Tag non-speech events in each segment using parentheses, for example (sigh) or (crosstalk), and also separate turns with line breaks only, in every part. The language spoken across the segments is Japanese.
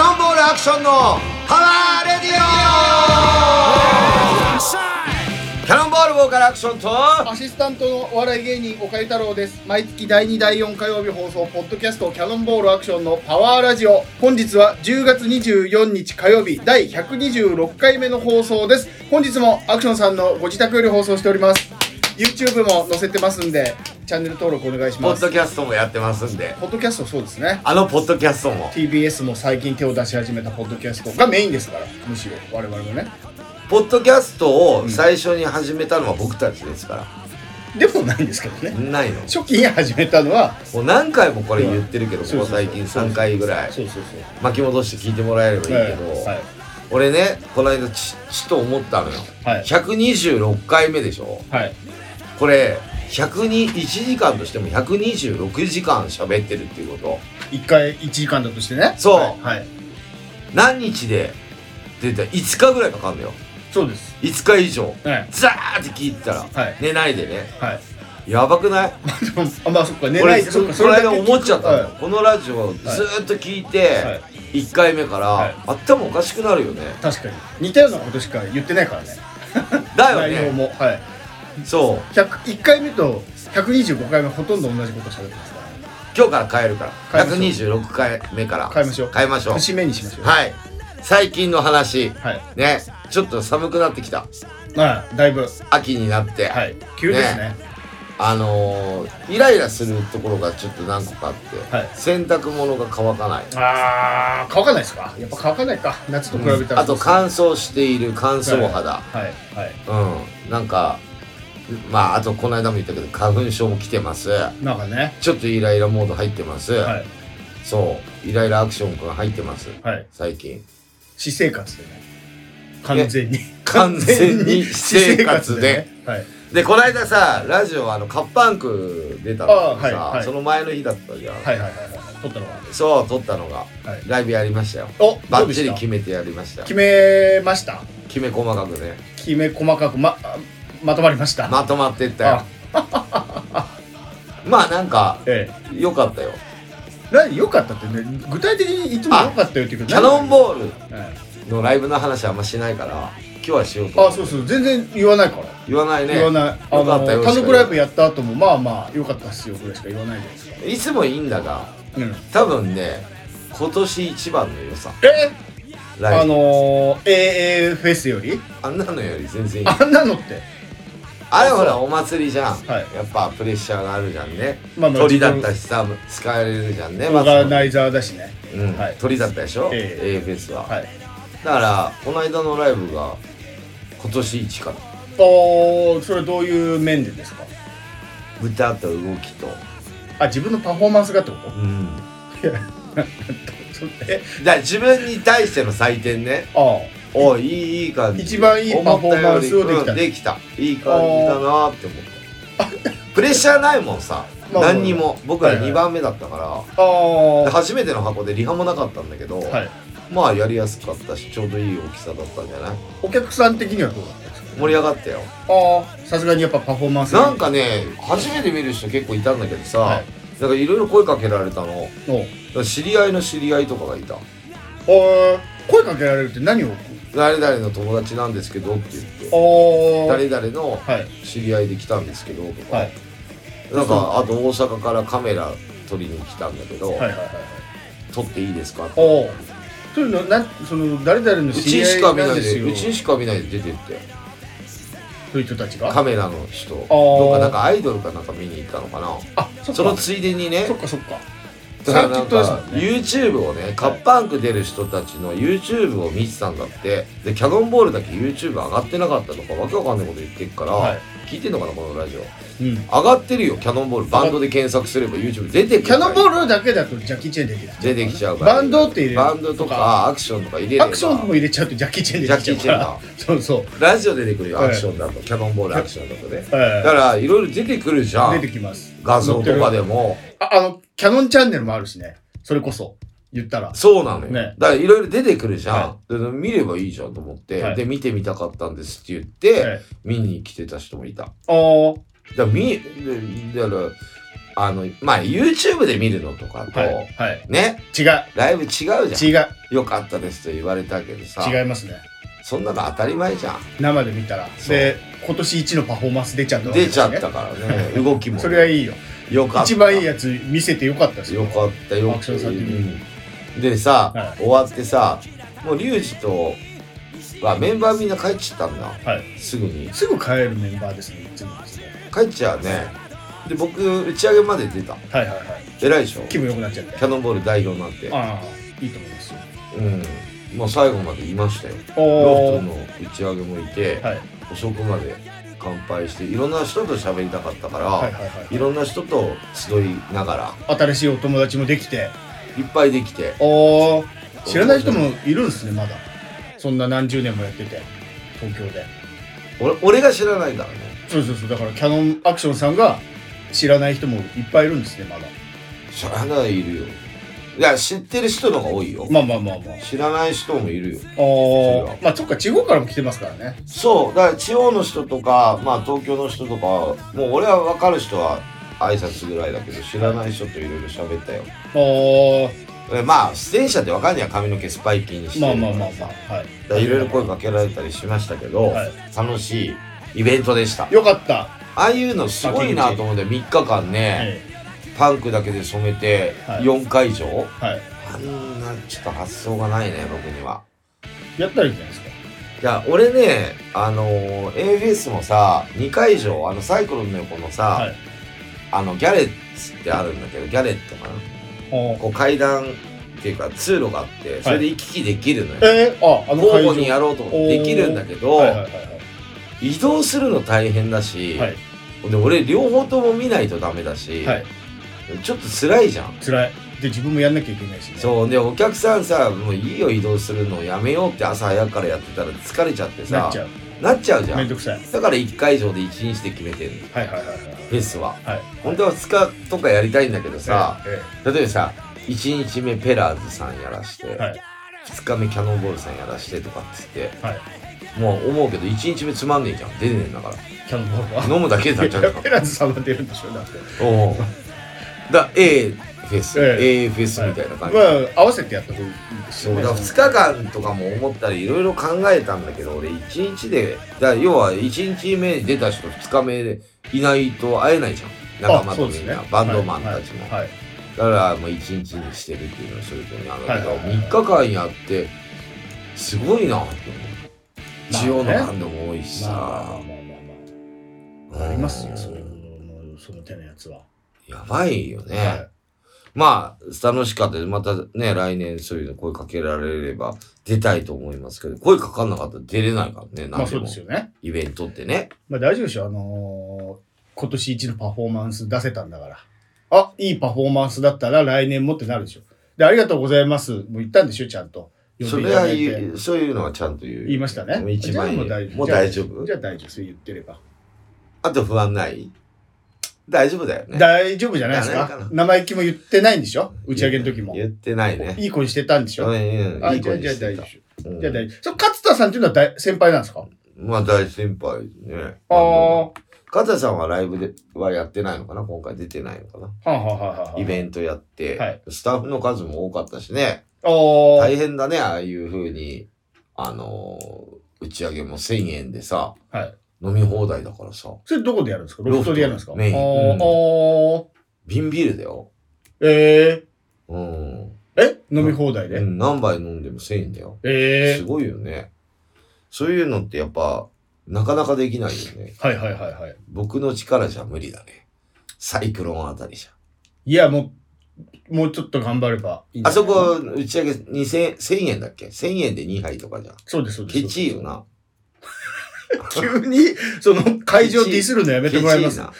ションのパワーレディオキャノンボールボーカルアクションと
アシスタントのお笑い芸人岡井太郎です毎月第2第4火曜日放送ポッドキャストキャノンボールアクションのパワーラジオ本日は10月24日火曜日第126回目の放送です本日もアクションさんのご自宅より放送しております YouTube も載せてますんでチャンネル登録お願いし
ポ
ま
ッ
す
ドキャストもやってますんで
ポッドキャストそうですね
あのポッドキャストも
TBS も最近手を出し始めたポッドキャストがメインですからむしろ我々もね
ポッドキャストを最初に始めたのは僕たちですか
でもないんですけど
ら
ね
ないの
初期に始めたのは
もう何回もこれ言ってるけどこ
そう
こ
そうそう
最近3回ぐらい
そうそうそう
巻き戻して聞いてもらえればいいけど、
はい
俺ねこの間ちちと思ったのよ、
はい
126回目でしょ
はい
これ101時間としても126時間喋ってるっていうこと
一回1時間だとしてね
そう
はい、はい
何日でって言ったら5日ぐらいかかるのよ
そうです
5日以上
はい
ザーって聞いてたら、
はい
寝ないでね
はい
やばくない
あまあそっか寝ない
俺
で
そ
そっ
この
かれだ
間
け聞く
思っちゃったのよ、
は
このラジオずーっと聞い
いは
て
い
1回目から、
はい
頭おかしくなるよね
確かに似たようなことしか言ってないからね
だ
内
よ
容
ね
もはい
そう
101回目と125回目ほとんど同じこと喋ってますか
今日から変えるか
変
ら
えまし
126回目から
変えましょう
変えまし
ら
ょう
節目にしましょう
はい最近の話
はい
ねちょっと寒くなってきた
まあだいぶ
秋になって、
はい急ですね
あのーイライラするところがちょっと何個かあって、
はい
洗濯物が乾かない
ああ乾かないですかやっぱ乾かないか夏と比べたら、
あと乾燥している乾燥肌、
はいはい
うんなんかまああとこの間も言ったけど花粉症も来てます
なんかね
ちょっとイライラモード入ってます、
はい
そうイライラアクションが入ってます
はい
最近
私生活でね完全に
完全に私生活で
はい
でこの間さラジオあのカッパンク出たの
あ
さ、
ーはいはい
その前の日だったじゃん、
はいはいはいはい撮ったのは
そう撮ったのが
はい
ライブやりましたよ
お
バ
ど
ッ
うで
チ
し
リ
た
決めてやりました
決めました
きめ細かくね
決め細かくまあまとまりました
まとまってったよ
あ
まあなんか
え
良かったよ
え何良かったってね具体的にいつも良かったよっていうけど
キャノン
ー
ボー
ル、え
ルのライブの話あんましないから今日はしようと
え
思
あ
って
そうそう全然言わないから、
言わないね
言わないあ
よかったよ
の単独ライブやった後もまあまあ良かったっすよぐらいしか言わないです
いつもいいんだが
うんえ
多分ね今年一番の良さ
え
ラ
あ
イブ
のー、AA フェスより
あんなのより全然いい
あんなのって
あれほらお祭りじゃん、
はい
やっぱプレッシャーがあるじゃんね、
まあまあ
鳥だったしさ使えるじゃんね
オーガナ
い、
イザーだしね
うん
はい
鳥だったでしょ、
え
A フェスは、
はい
だからこの間のライブが今年一かな
おーそれどういう面でですか
歌と動きと
あ自分のパフォーマンスがってこと
うん
そえ
だから自分に対しての採点ね
あ
おいいいい感じ
一番いいパフォーマンスをできた
思ったよりうんできたいい感じだなって思ったプレッシャーないもんさ
(laughs) まあまあ
何にも僕は
はいはい
2番目だったから、
ああ
で
あ
初めての箱でリハもなかったんだけど、
はい
まあやりやすかったしちょうどいい大きさだったんじゃない
お客さん的にはどうだったんですか
盛り上がったよ
ああさすがにやっぱパフォーマンスが
なんかね初めて見る人結構いたんだけどさ、
はい
なんかいろいろ声かけられたの
おう
だから知り合いの知り合いとかがいた
あー声かけられるって何を
誰々の友達なんですけどって言って
あ
誰々の
あはい
知り合いで来たんですけどとか、
はい
なんかあと大阪からカメラ撮りに来たんだけど、
はいはいはい
撮っていいですかって
おおそういうのなんその誰々の
う
知
ち
り合
し
い
か見
な
なんい
です
で
よ
うちしか見ないで出てって
そういう人たち
カ
が
メラの人とかなんかアイドルかなんか見に行ったのかな
あそっ
その
か
ついでにね
そっかそっか
だからなん
サーキットです
か
もんね
YouTube をねカッパンク出る人たちの YouTube を見てたんだってでキャノンボールだけ YouTube 上がってなかったとかわけわかんないこと言ってるから、
はい
聞いてんのかなこのラジオ
うん
上がってるよキャノンボールバンドで検索すれば YouTube 出てくる
キャノンボ
ル
ールだけだとジャッキー・チェン出てきちゃう
出てきちゃうから
バンドって入れる
バンドとかアクションとか入れれば
アクションも入れちゃうとジャッキー・チェン出てきちゃうから
ジ
そうそう
ラジオ出てくるよ
はい
アクションだと、キャノンボールアクションだとね、
はい
だからいろいろ出てくるじゃ
出
ん
てきます
画像とかでも
ああのキャノンチャンネルもあるしねそれこそ言ったら
そうなのよ。
ね
だからいろいろ出てくるじゃん。
は
で見ればいいじゃんと思って、
はい
で、見てみたかったんですって言って、
はい
見に来てた人もいた。だか
ああ
ら、み、でだから、あの、まあ、YouTube で見るのとかと、
はいはい
ね、
違う
ライブ違うじゃん。
違う
よかったですと言われたけどさ、
違いますね
そんなの当たり前じゃん。
生で見たら
そう
で今年一のパフォーマンス出ちゃったわけ
出
です
ちゃっ
ね
たから
(laughs)
ね、動きも。
それはいいよ
よかった。
一番いいやつ見せてよかったです
よかったよ
アクションさんっていう
うんでさ、
は
終わってさもうリュウジとはメンバーみんな帰っちゃったんだ
はい
すぐに
すぐ帰るメンバーですねいつもですね
帰っちゃうねで僕打ち上げまで出た
はいはいはい
偉いでしょキ
気分良くなっちゃって
ャノンボール代表になって
ああいいと思いますよ
うんもう最後までいましたよロ
お
フトの打ち上げもいて、
はい
遅くまで乾杯していろんな人と喋りたかったから、
はい
い
はいはい
ろんな人と集いながら
新しいお友達もできて
いっぱいできて
おー知らない人もいるんですねまだそんな何十年もやってて東京で
俺俺が知らないからね
そうそうそうだからキャノンアクションさんが知らない人もいっぱいいるんですねまだ
知らないいるよいや知ってる人の方が多いよ
まあまあまあまあ
知らない人もいるよ
ああまあそっか地方からも来てますからね
そうだから地方の人とかまあ東京の人とかもう俺は分かる人は挨拶ぐらいだけど知らない人といろいろ喋ったよ
あ
えまあ出演者って分かんねや髪の毛スパイキーにし
あ
て
まあ
る
まあ
と
まあ
かさ
まあはい
だからいろいろ声かけられたりしましたけど、
はい
楽しいイベントでした
よかった
ああいうのすごいなと思って3日間
はい
ね、パンクだけで染めて4回以上、
はい
あんなちょっと発想がないね僕には。
やったらいいんじゃないですか
いや、俺ね、あのー、AFS もさ、2回以上、あの、サイクロンの横のさ、
はい
あの、ギャレッツってあるんだけど、ギャレットかな
あ
こう階段っていうか通路があって、それで行き来できるのよ。
あえー、ああの
交
会場
互にやろうと思ってできるんだけど、
はいはいはいはい
移動するの大変だし、
はい
で俺両方とも見ないとダメだし、
はい
ちょっと辛いじゃん。
辛いで自分もやんなきゃいけないし、ね、
そう、で、お客さんさ、もういいよ移動するのやめようって朝早くからやってたら疲れちゃってさ、
なっちゃう
なっちゃうじゃ
めん
ん。
どくさい
だから1回以上で1日で決めてるの。
はいはいはいはい
フェスは
はい
本当は2日とかやりたいんだけどさ、
え
例えばさ1日目ペラーズさんやらして、
えはい
2日目キャノンボールさんやらしてとかって言って
はい
もう思うけど1日目つまんねえじゃん出てねえんだか
キャノンボール
ら飲むだけになっちゃう
は
か
ペラズさんは出るんでしょだって (laughs)
らおうだ A フェス、
え
A フェスみたいな感じ、
まあ合わせてやった方がいいです
そ
よ
う
ね
だ2日間とかも思ったりいろいろ考えたんだけど俺1日でだから要は1日目出た人2日目でいないと会えないじゃん仲間とみんな、バンドマンたちも、
はいはい
だからもう1日にしてるっていうのはそういうことにあるんだけど、
はいはいはい
3日間やってすごいなって思う、
まあね
地方のバンドも多いし
まあまあま
さ、
あまあ
う
ま
ん
あありますよそういうのその手のやつは、
やばいよね、
はい
まあ楽しかったですまたね来年そういうの声かけられれば出たいと思いますけど声かかんなかったら出れないからね
まあ
何
そ
で
う
も
ですよね
イベントってね
まあ大丈夫でしょあのー今年一のパフォーマンス出せたんだからあいいパフォーマンスだったら来年もってなるでしょでありがとうございますもう言ったんでしょちゃんと
それは
呼んでいただい
言
て
うそういうのはちゃんと言う
言いましたね
一
じゃあ
番いい
もう大丈夫
もう大丈夫
じゃあ大丈夫それ言ってれば
あと不安ない大丈夫だよね
大丈夫じゃないです
いやない
か
か
生意気も言ってないんでしょ打ち上げの時も
言ってないね
いい声してたんでし
う
ょ
んうん
あ
いい
じゃ
声
あ
に
じゃあ
して
大丈
た
夫
うん
じゃあ大丈夫それ勝田さんっていうのは大先輩なんですか
まあ大先輩ですね。
ああは
勝田さんはライブではやってないのかな今回出てないのかな
あはあはあはあ
イベントやって、
はい
スタッフの数も多かったしね。
おー
大変だね、ああいう風に、あのー打ち上げも1000円でさ、
はい
飲み放題だからさ、
それどこでやるんですかロフトでやるんですか
ロフトメイン
あー
うん
あー
瓶ビールだよ。
え
うん。
ー、え飲み放題で、
うん何杯飲んでも1000円だよ。
え
す
ー、
ごいよね。そういうのってやっぱ、なかなかできないよね。
はいはいはいはい。
僕の力じゃ無理だね。サイクロンあたりじゃ。
いや、もう、もうちょっと頑張ればいいんじ
あ
ゃない
そこ、打ち上げ2000、1000円だっけ ?1000 円で2杯とかじゃん。
そうです、そうです。
ケチよな。
急に、 (laughs) その、会場ディスるのやめ
ケ
て
チ
もらいます。
な。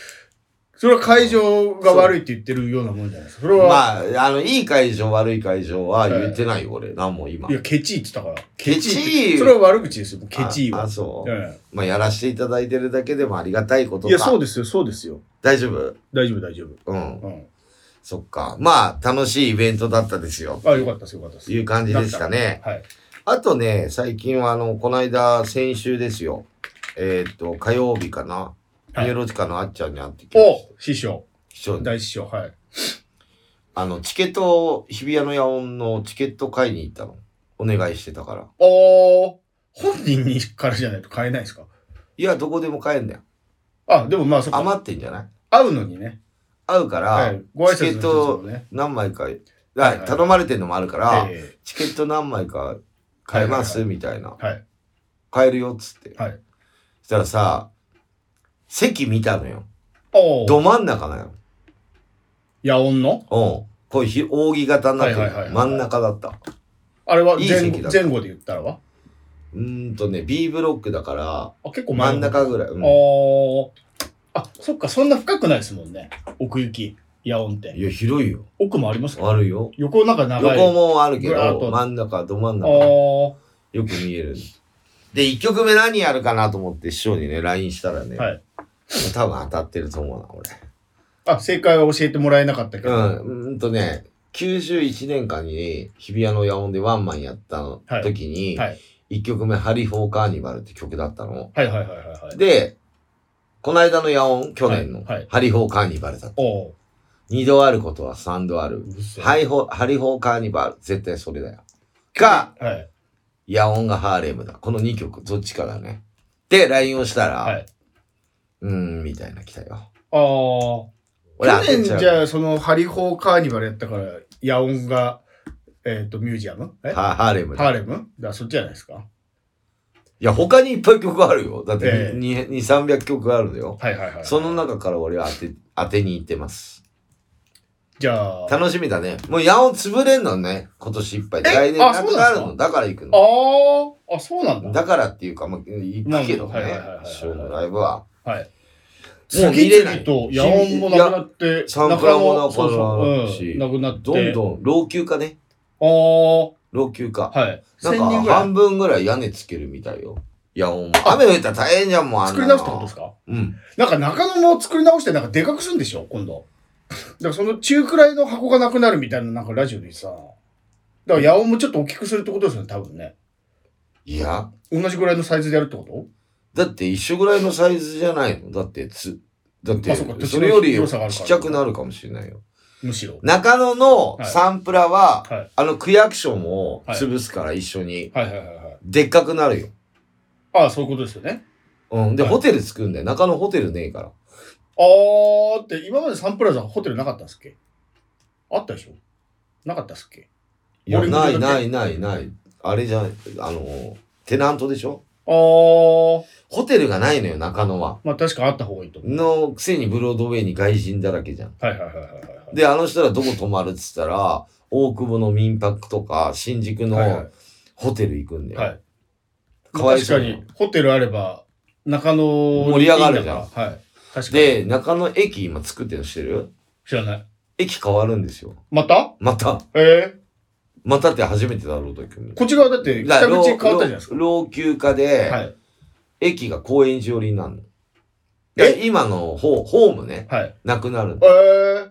それは会場が悪いって言ってるようなもんじゃないですか。それは、
まあ、あの、いい会場、悪い会場は言ってないよ、俺。何も今
い。や、ケチって言ったから。
ケチ
ってそれは悪口ですよ、ケチ
あ
は
あ、。そう。
え
まあ、やらせていただいてるだけでもありがたいこと
え
か。
いや、そうですよ、そうですよ。
大丈夫
大丈夫、大丈夫。
うん。
うん。
そっか。まあ、楽しいイベントだったですよ。
あ、よかったです、よかったです。
いう感じでしたね。
はい。
あとね、最近は、あの、この間、先週ですよ。えーっと、火曜日かな。
はい
ニューロジカのあっちゃんに会ってきまし
お師匠。
た師匠に。
大師匠、はい。
あの、チケットを、日比谷の野音のチケット買いに行ったの。お願いしてたから。
おー、本人にからじゃないと買えないですか
いや、どこでも買えんだよ。
あ、でもまあそこ、
余ってんじゃない
会うのにね。
合うから、
はい。ご挨
チケ
拶
ット
の人ですもんね。
何枚か、
はいはい
頼まれてんのもあるから、
え
チケット何枚か買えます、みたいな。
えはい。
買えるよっつって。
はい。
そしたらさ、席見たのよ。
お
ど
ー、
真ん中なのよ。
野音の
うん。こういうひ扇形になってる、
はいはいはいはい
真ん中だった。
あれはい
い
前
席だ
後
った
前後で言ったらは
うーんとね、B ブロックだから、
あ、結構
真ん
の
中ぐらい。うん
あーあ、そっか、そんな深くないですもんね。奥行き、野音って。
いや、広いよ。
奥もありますか
あるよ。
横なんか長い。
横もあるけ
ぐらーっ
ど、
と
真ん中、ど真ん中。
あ
よく見える。で、1曲目何やるかなと思って師匠にね、LINE したらね、
はい
多分当たってると思うな、俺。
あ。あ、正解は教えてもらえなかったけ
う
ど。
ん、うーんとね、91年間に日比谷の野音でワンマンやったの
はい
時に、
はい
1曲目ハリー・フォー・カーニバルって曲だったの。
はいはいはいはいはい。
で、この間の野音、去年の、
はいはい
ハリー・フォー・カーニバルだった。
おう
二度あることは三度ある。
うっせえ
ハイホハリー・フォー・カーニバル、絶対それだよ。か、
はい。
野音がハーレムだ。この2曲、どっちかだね。で、LINE をしたら、
はいう
ーん、みたいな来たよ。
ああ。
俺当
去
てちゃ
年
う
じゃあ、その、ハリホーカーニバルやったから、野音が、えっ、と、ミュージアムえハ
ハハーレムだ。
ーレムだ、そっちじゃないですか。
いや、他にいっぱい曲あるよ。だって
ええ
に、2、300曲あるのよ。
はいはいはい。
その中から俺は当て、当てに行ってます。
じゃあ、あ
楽しみだね。もう野音潰れんのね。今年いっぱい。来年
あ
なくなる
そうなんです
の。だから行く
あ
の。
ー、あ、そうなんだ。
だからっていうか、まあ、行くけど
まあはいは
ね
いはいは。い
師匠のライブは。
はい。
もう見れない
次々と、野音もなくなって、
サンプラもなくなるし
そうそううんなくなって。
どんどん、老朽化ね。
あ
老朽化。
あ、はい。
なんか
1000人ぐらい
半分ぐらい屋根つけるみたいよ。いや、もう雨降ったら大変じゃん、もうあん
作
なの
り直すってことですか
うん。
なんか中野も作り直してなんかでかくするんでしょ今度。だからその中くらいの箱がなくなるみたいななんかラジオでさ。だから野音もちょっと大きくするってことですよね、多分ね。
いや、
同じぐらいのサイズでやるってこと
だって一緒ぐらいのサイズじゃないのだってつ、だって、
あそうか土地の
それより
広さがあるか
ち
ら
っちゃくなるかもしれないよ。
むしろ。
中野の
はい
サンプラは、
はい
あの区役所も潰すから一緒に、
はいはいはいはい。
でっかくなるよ。
ああ、そういうことですよね。
うん。で、
はい
ホテル作るんだよ。中野ホテルねえから。
ああって今までサンプラザホテルなかったっすっけあったでしょなかったっすっけ
いや、
ボウリング
な
場
い
だけ
ないないない。あれじゃない、あの、テナントでしょ
ああ、
ホテルがないのよ、中野は。
まあ確かあった方がいいと思う。
のくせにブロードウェイに外人だらけじゃん。
はいはいはいはいはいはい。
で、あの人らどこ泊まるっつったら、大久保の民泊とか、新宿
はいはい
のホテル行くんだよ。
はい
かわい
確
そ
か
う
に、ホテルあれば、中野
盛
盛
り上がるじゃん
はい。確かに。
で、中野駅今作ってるのしてる
知らない。
駅変わるんですよ。
また
また、
え
またって初めてだろうと
えこっち側だって、北口変わったじゃないですか。
老老朽化で、
はい。
駅が高円寺寄りになるの。
え
で今のホホームね、
はい。
なくなるの
ええ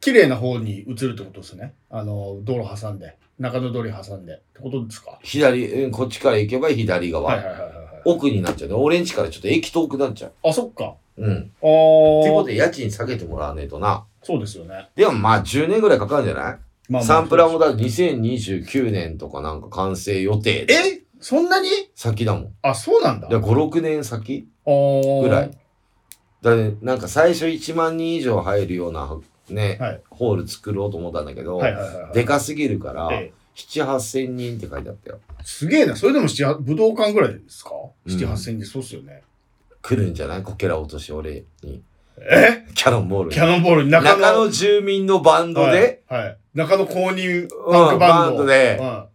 綺麗な方に移るってことですね。あの、道路挟んで、中野通り挟んで。ってことですか
左、うんこっちから行けば左側。
はいはいはいはいはい。
奥になっちゃうね。俺んちからちょっと駅遠くなっちゃう。
あ、そっか。
うん。
あ
ってこと
ー
で家賃下げてもらわねえとな。
そうですよね。
でもまあ10年ぐらいかかるんじゃない、
まあまあ
サンプラもだって2029年とかなんか完成予定で
えそんなに
先だもん。
あ、そうなんだ。
で5、6年先
ぐ
ぐらい。。だね、なんか最初1万人以上入るようなね、
はい
ホール作ろうと思ったんだけど、
はいはいはいはい。
でかすぎるから、
ええ
7、8千人って書いてあったよ。
すげえな。それでも七八武道館ぐらいですか
ん
?7、8千人、そうっすよね。
来るんじゃないこけら落とし俺に。
え
キャノンボールに
キャノンボール中野
中野住民のバンドで、
はい、はい中野公認パン
う
ク
ん、
バ
バ
ン
ン
ド
ドで、
は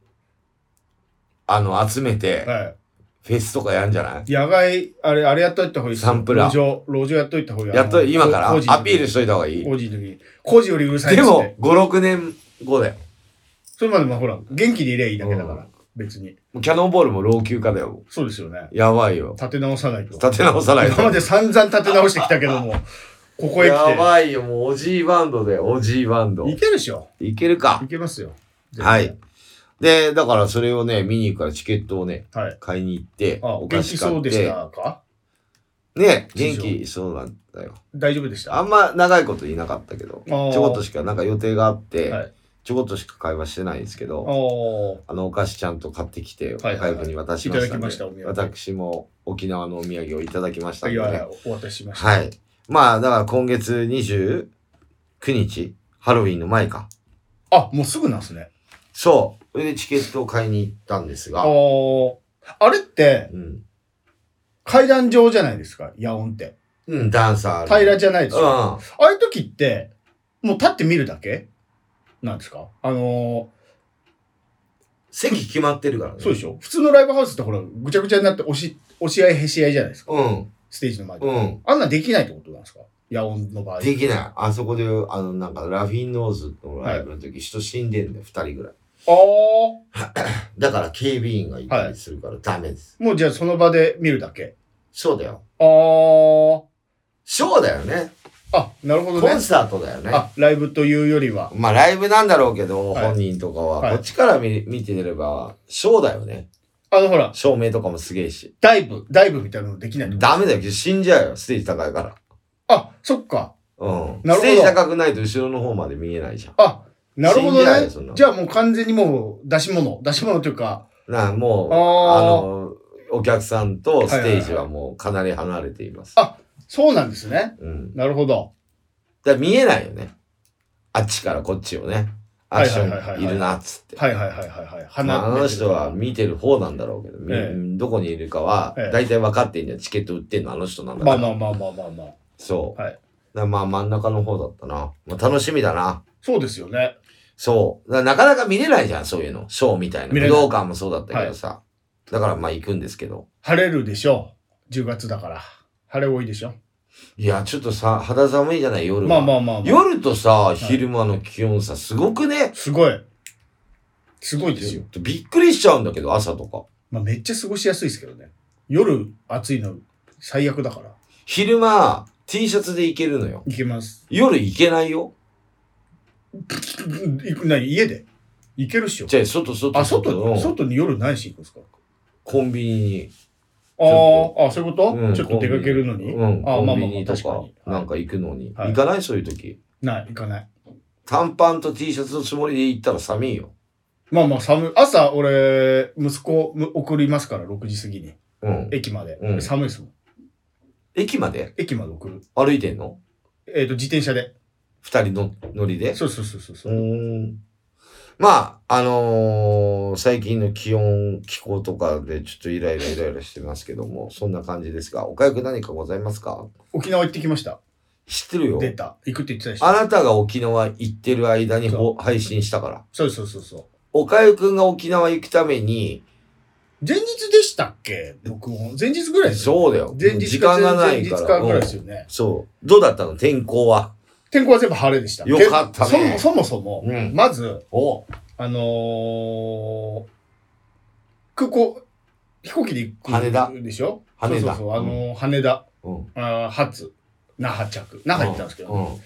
あの、集めて
い、、は
フェスとかやんじゃない
い、野外あれあれやっといた方がいいっすよ
サンプラ
路上路上やっといた方がいい
やっと今から
工事の時
アピールしといた方がいい。
工事の時に工事よりうるさいっ
で
つって
も、5、6年後だよ。
それまでまあほら元気でいりゃいいだけだから、
う
別に
もうキャノンボールも老朽化だよ。
そうですよね
やばいよ。
立て直さないと
立て直さない
今ま
と。
で散々立て直してきた
(laughs)
けどもここへ
や
来
ばいよ、もうおじいバンドで、おじいバンド
てい。けるでしょ
いけるか
い。けますよ
はい。で、だからそれをね、見に行くからチケットをね、
はい
買いに行って、
あ
お
元
菓
気
子
そ
買
う
っ、
でしてたか
ね、
以
元
上
気そうなんったよ。
大丈夫でした
あんま長いこといなかったけど、ち
ー
ょこっとしかなんか予定があって、
はい
ちょこっとしか会話してないんですけど、
おー
あのお菓子ちゃんと買ってきて、
はいはい
海部に渡しました,、
いただきましたお土産
私も沖縄のお土産をいただきましたん
い
で、
や
ね、
お渡ししました。
はい。まあ、だから今月29日、ハロウィンの前か。
あ、もうすぐなんですね。
そう。それでチケットを買いに行ったんです
あ
が、
ーあれって、
うん。
階段上じゃないですか、野音って。
うん、ダンサー。
平らじゃないです
う
よ。あ
ん。
あいう時って、もう立って見るだけなんですかあの
席決まってるからね。
ー、そうでしょ普通のライブハウスってほら、ぐちゃぐちゃになって押し、押し合いへし合いじゃないですか。
うん。
ステージの前で。
うん。
あんなんできないってことなんですか野音の場合。
できない。あそこで、あの、なんか、ラフィンノーズのライブの時、人死んでんだよ、二人ぐらい。
ああ。
だから警備員がいたりするからダメです。
もうじゃあその場で見るだけ。
そうだよ。
あー。
ショーだよね。
あ、なるほど
コ
ね
ン。サートだよね。
あ、ライブというよりは。
まあライブなんだろうけど、
はい
本人とかは、
はい
こっちから見見てれば、ショーだよね。
あのほら、
照明とかもすげえし。
ダイブ、ダイブみたいなのできないってこと
ダメだよ、死んじゃうよ、ステージ高いから。
あ、そっか。
うん。
なるほど
ステージ高くないと後ろの方まで見えないじゃん。
あ、なるほど
死んじゃうよ
ね
そんな。の
じゃあもう完全にもう出し物、出し物というか、
なあもう、
あー
あの、お客さんとステージはもうかなり離れています。
あそうなんですね。
うん。
なるほど。
だから見えないよね。あっちからこっちをね。ア
は
ク
い
シ
はいはいはい
ョンいるな、っつって。
はいはいはいはいはい。
まあ、あの人は
ま
見てる方なんだろうけど、み
え
どこにいるかは
ええ、
大体分かってんじゃん。チケット売ってんのあの人なんだか
あ
ら。
まあまあまあまあまあ。
そう。
はい
だからまあ真ん中の方だったな。まあ、楽しみだな。
そうですよね。
そう。だからなかなか見れないじゃん、そういうの。ショーみたいな。
見
武
れない
道館もそうだったけどさ。だからまあ行くんですけど。
晴れるでしょう。10月だから。晴れ多いでしょ。
いや、ちょっとさ、肌寒いじゃない、夜は。
まあまあまあまあ。
夜とさ、昼間の気温さ、すごくね。
すごい。すごいです
ちょ
よ
っ。とびっくりしちゃうんだけど、朝とか。
まあめっちゃ過ごしやすいですけどね。夜暑いの最悪だから。
昼間、T シャツで行けるのよ。
行けます。 (laughs)
夜行けないよ。
行く、何家で行けるっしょ。
じゃあ、外、外、
あ、外
うん
に、外に夜何しに行くんですか
コンビニに。
あ
ょ
ーあ、そういうこと、
うん
ちょっと出かけるのに、
うん、
あ
コ
ーまあ
ンビ
まあまあ
ニと
確か
か
に、
なんか行くのに。
はい
行かないそういう時。
ない、行かない。
短パンと T シャツのつもりで行ったら寒いよ。
まあまあ寒い。朝、俺、息子む送りますから、6時過ぎに。
うん。
駅まで。
うん
寒いですもん。
駅まで
駅まで送る。
歩いてんの
えっ、と、自転車で。
二人の乗りで。
そうそうそうそうそうう。
ーん。まあ、あのー最近の気温、気候とかでちょっとイライライライラしてますけども、そんな感じですが、おかゆく何かございますか
沖縄行ってきました。
知ってるよ。
出た。行くって言ってたでし
あ
ょ。
なたが沖縄行ってる間に
そ
ほ配信したから。
そうそうそうそう。
おかゆくんが沖縄行くために、
前日でしたっけ録音。前日ぐらいですよ。
そうだよ。
前日
時間がないから。
前日かぐらいです
うん
よね。
そう。どうだったの天候は。
天候は全部晴れでした。
よかったね
けどそもそもそも、
うん
まず、
お
あのー、空港、飛行機で行く
羽田
でしょ
羽田
そうそうそう、あのー羽田、
うん。
あー初、那覇着、那覇行ったんですけど、
うん。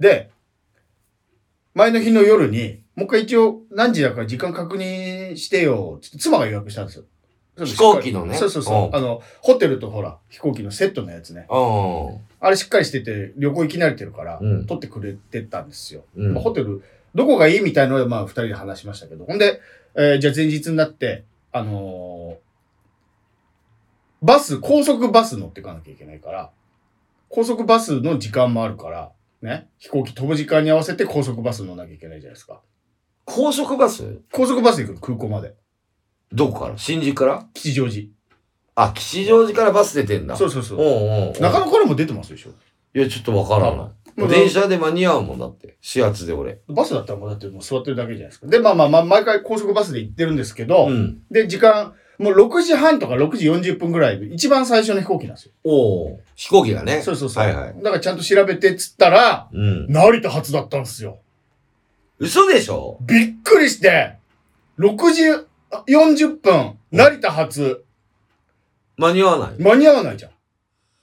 で、前の日の夜に、もう一回一応何時だから時間確認してよ、つって妻が予約したんですよ。
飛行機のね
そうそうそうう。
ん
あの、ホテルとほら、飛行機のセットのやつね。
う
あれしっかりしてて、旅行行き慣れてるから、
うん
取ってくれてたんですよ。
ん。うん
まあホテル、どこがいいみたいなのは、まあ、二人で話しましたけど。ほんで、えーじゃあ前日になって、あのーバス、高速バス乗っていかなきゃいけないから、高速バスの時間もあるから、ね、飛行機飛ぶ時間に合わせて高速バス乗らなきゃいけないじゃないですか。
高速バス
高速バスで行くの、空港まで。
どこから新宿から
吉祥寺。
あ、吉祥寺からバス出てんだ。
そううそうそう。
んうんうん。
中野からも出てますでしょ。
いや、ちょっとわからな
も
い。
う
電車で間に合うもんだって。始発で俺。
バスだったらもうだってもう座ってるだけじゃないですか。で、まあまあまあ、毎回高速バスで行ってるんですけど、
うん。
で、時間、もう6時半とか6時40分ぐらいで、一番最初の飛行機なんですよ
おお。飛行機がね。
そうそうそう。
はいはい。
だからちゃんと調べてっつったら、
うん。
成田発だったんですよ。
嘘でしょ
びっくりして、6時あ40分、成田発、
間に合わない。
間に合わないじゃん。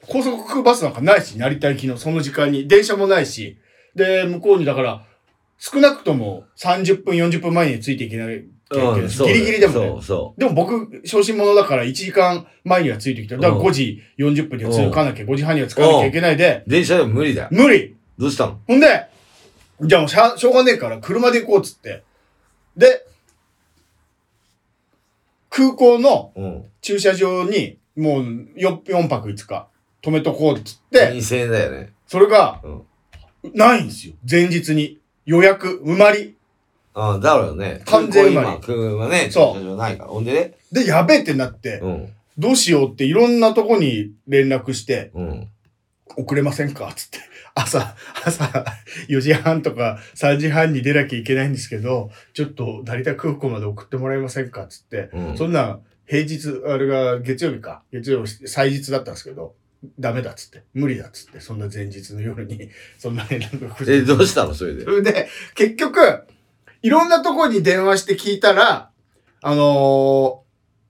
高速バスなんかないし、成田行きのその時間に、電車もないし、で、向こうにだから、少なくとも30分、40分前についていけない
う
経験
ん、
です。
そう
ギリギリでも、ね
そう、そ
でも僕、小心者だから1時間前にはついてきた。だから
うん
5時40分には通かなきゃ、5時半には使わなきゃいけないで、
う。電車でも無理だよ。
無理
どうしたの
ほんで、じゃあもうしゃ、しょうがねえから車で行こうっつって。で、空港の
うん。
駐車場にもう 4, 4泊5日止めとこうっつって、
2000円だよね。
それが
うん。
ないんですよ。前日に。予約、埋まり。
あだろうね。
完全埋まり
空港今空港はね、
そう
駐車場ないから。ほんでね。
で、やべえってなって、
うん。
どうしようっていろんなとこに連絡して、
うん。
遅れませんかつって。朝、朝4時半とか3時半に出なきゃいけないんですけど、ちょっと成田空港まで送ってもらえませんかつって。
うん。
そんなん平日、あれが月曜日か。月曜日、祭日だったんですけど、ダメだっつって。無理だっつって。そんな前日の夜に、 (laughs) そんな連絡が来
え、
て。
どうしたのそれで
そ。れで、結局、いろんなとこに電話して聞いたら、あのー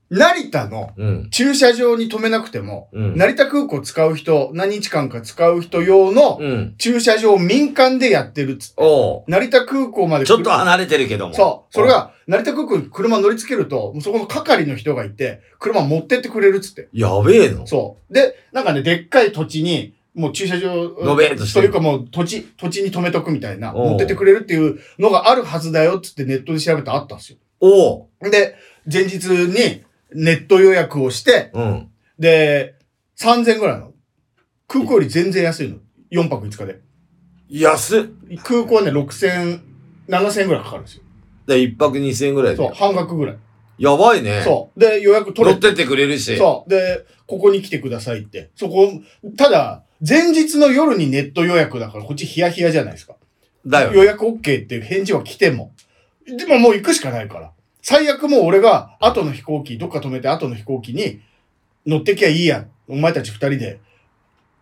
成田の
うん。
駐車場に止めなくても、
うん。
成田空港使う人、何日間か使う人用の
うん。
駐車場を民間でやってるっつって。
おう
成田空港まで
ちょっと
車
離れてるけども。
そう。それが、成田空港に車乗り付けると、もうそこの係の人がいて、車持ってってくれるっつって。
うん。やべえの。
そう。で、なんかね、でっかい土地に、もう駐車場、
のべえとして
と
る
いうかもう土地、土地に止めとくみたいな、
おう
持ってってくれるっていうのがあるはずだよっつってネットで調べたらあったんですよ。
おう。
で、前日にネット予約をして、
うん。
で、3000ぐらいなの。空港より全然安いの。4泊5日で。
安っ。
空港はね、6000、7000ぐらいかかるんですよ。
で、一泊二千円ぐらい
そう、
で。
半額ぐらい。
やばいね。
そう。で、予約取
乗
れ。
っててってくれるし。
そう。で、ここに来てくださいって。そこ、ただ、前日の夜にネット予約だから、こっちヒヤヒヤじゃないですか。
だよ
(laughs) 予
ね。
約 OK っていう返事は来ても。でももう行くしかないから。最悪もう俺が後の飛行機、どっか止めて後の飛行機に乗ってきゃいいやん。お前たち二人で。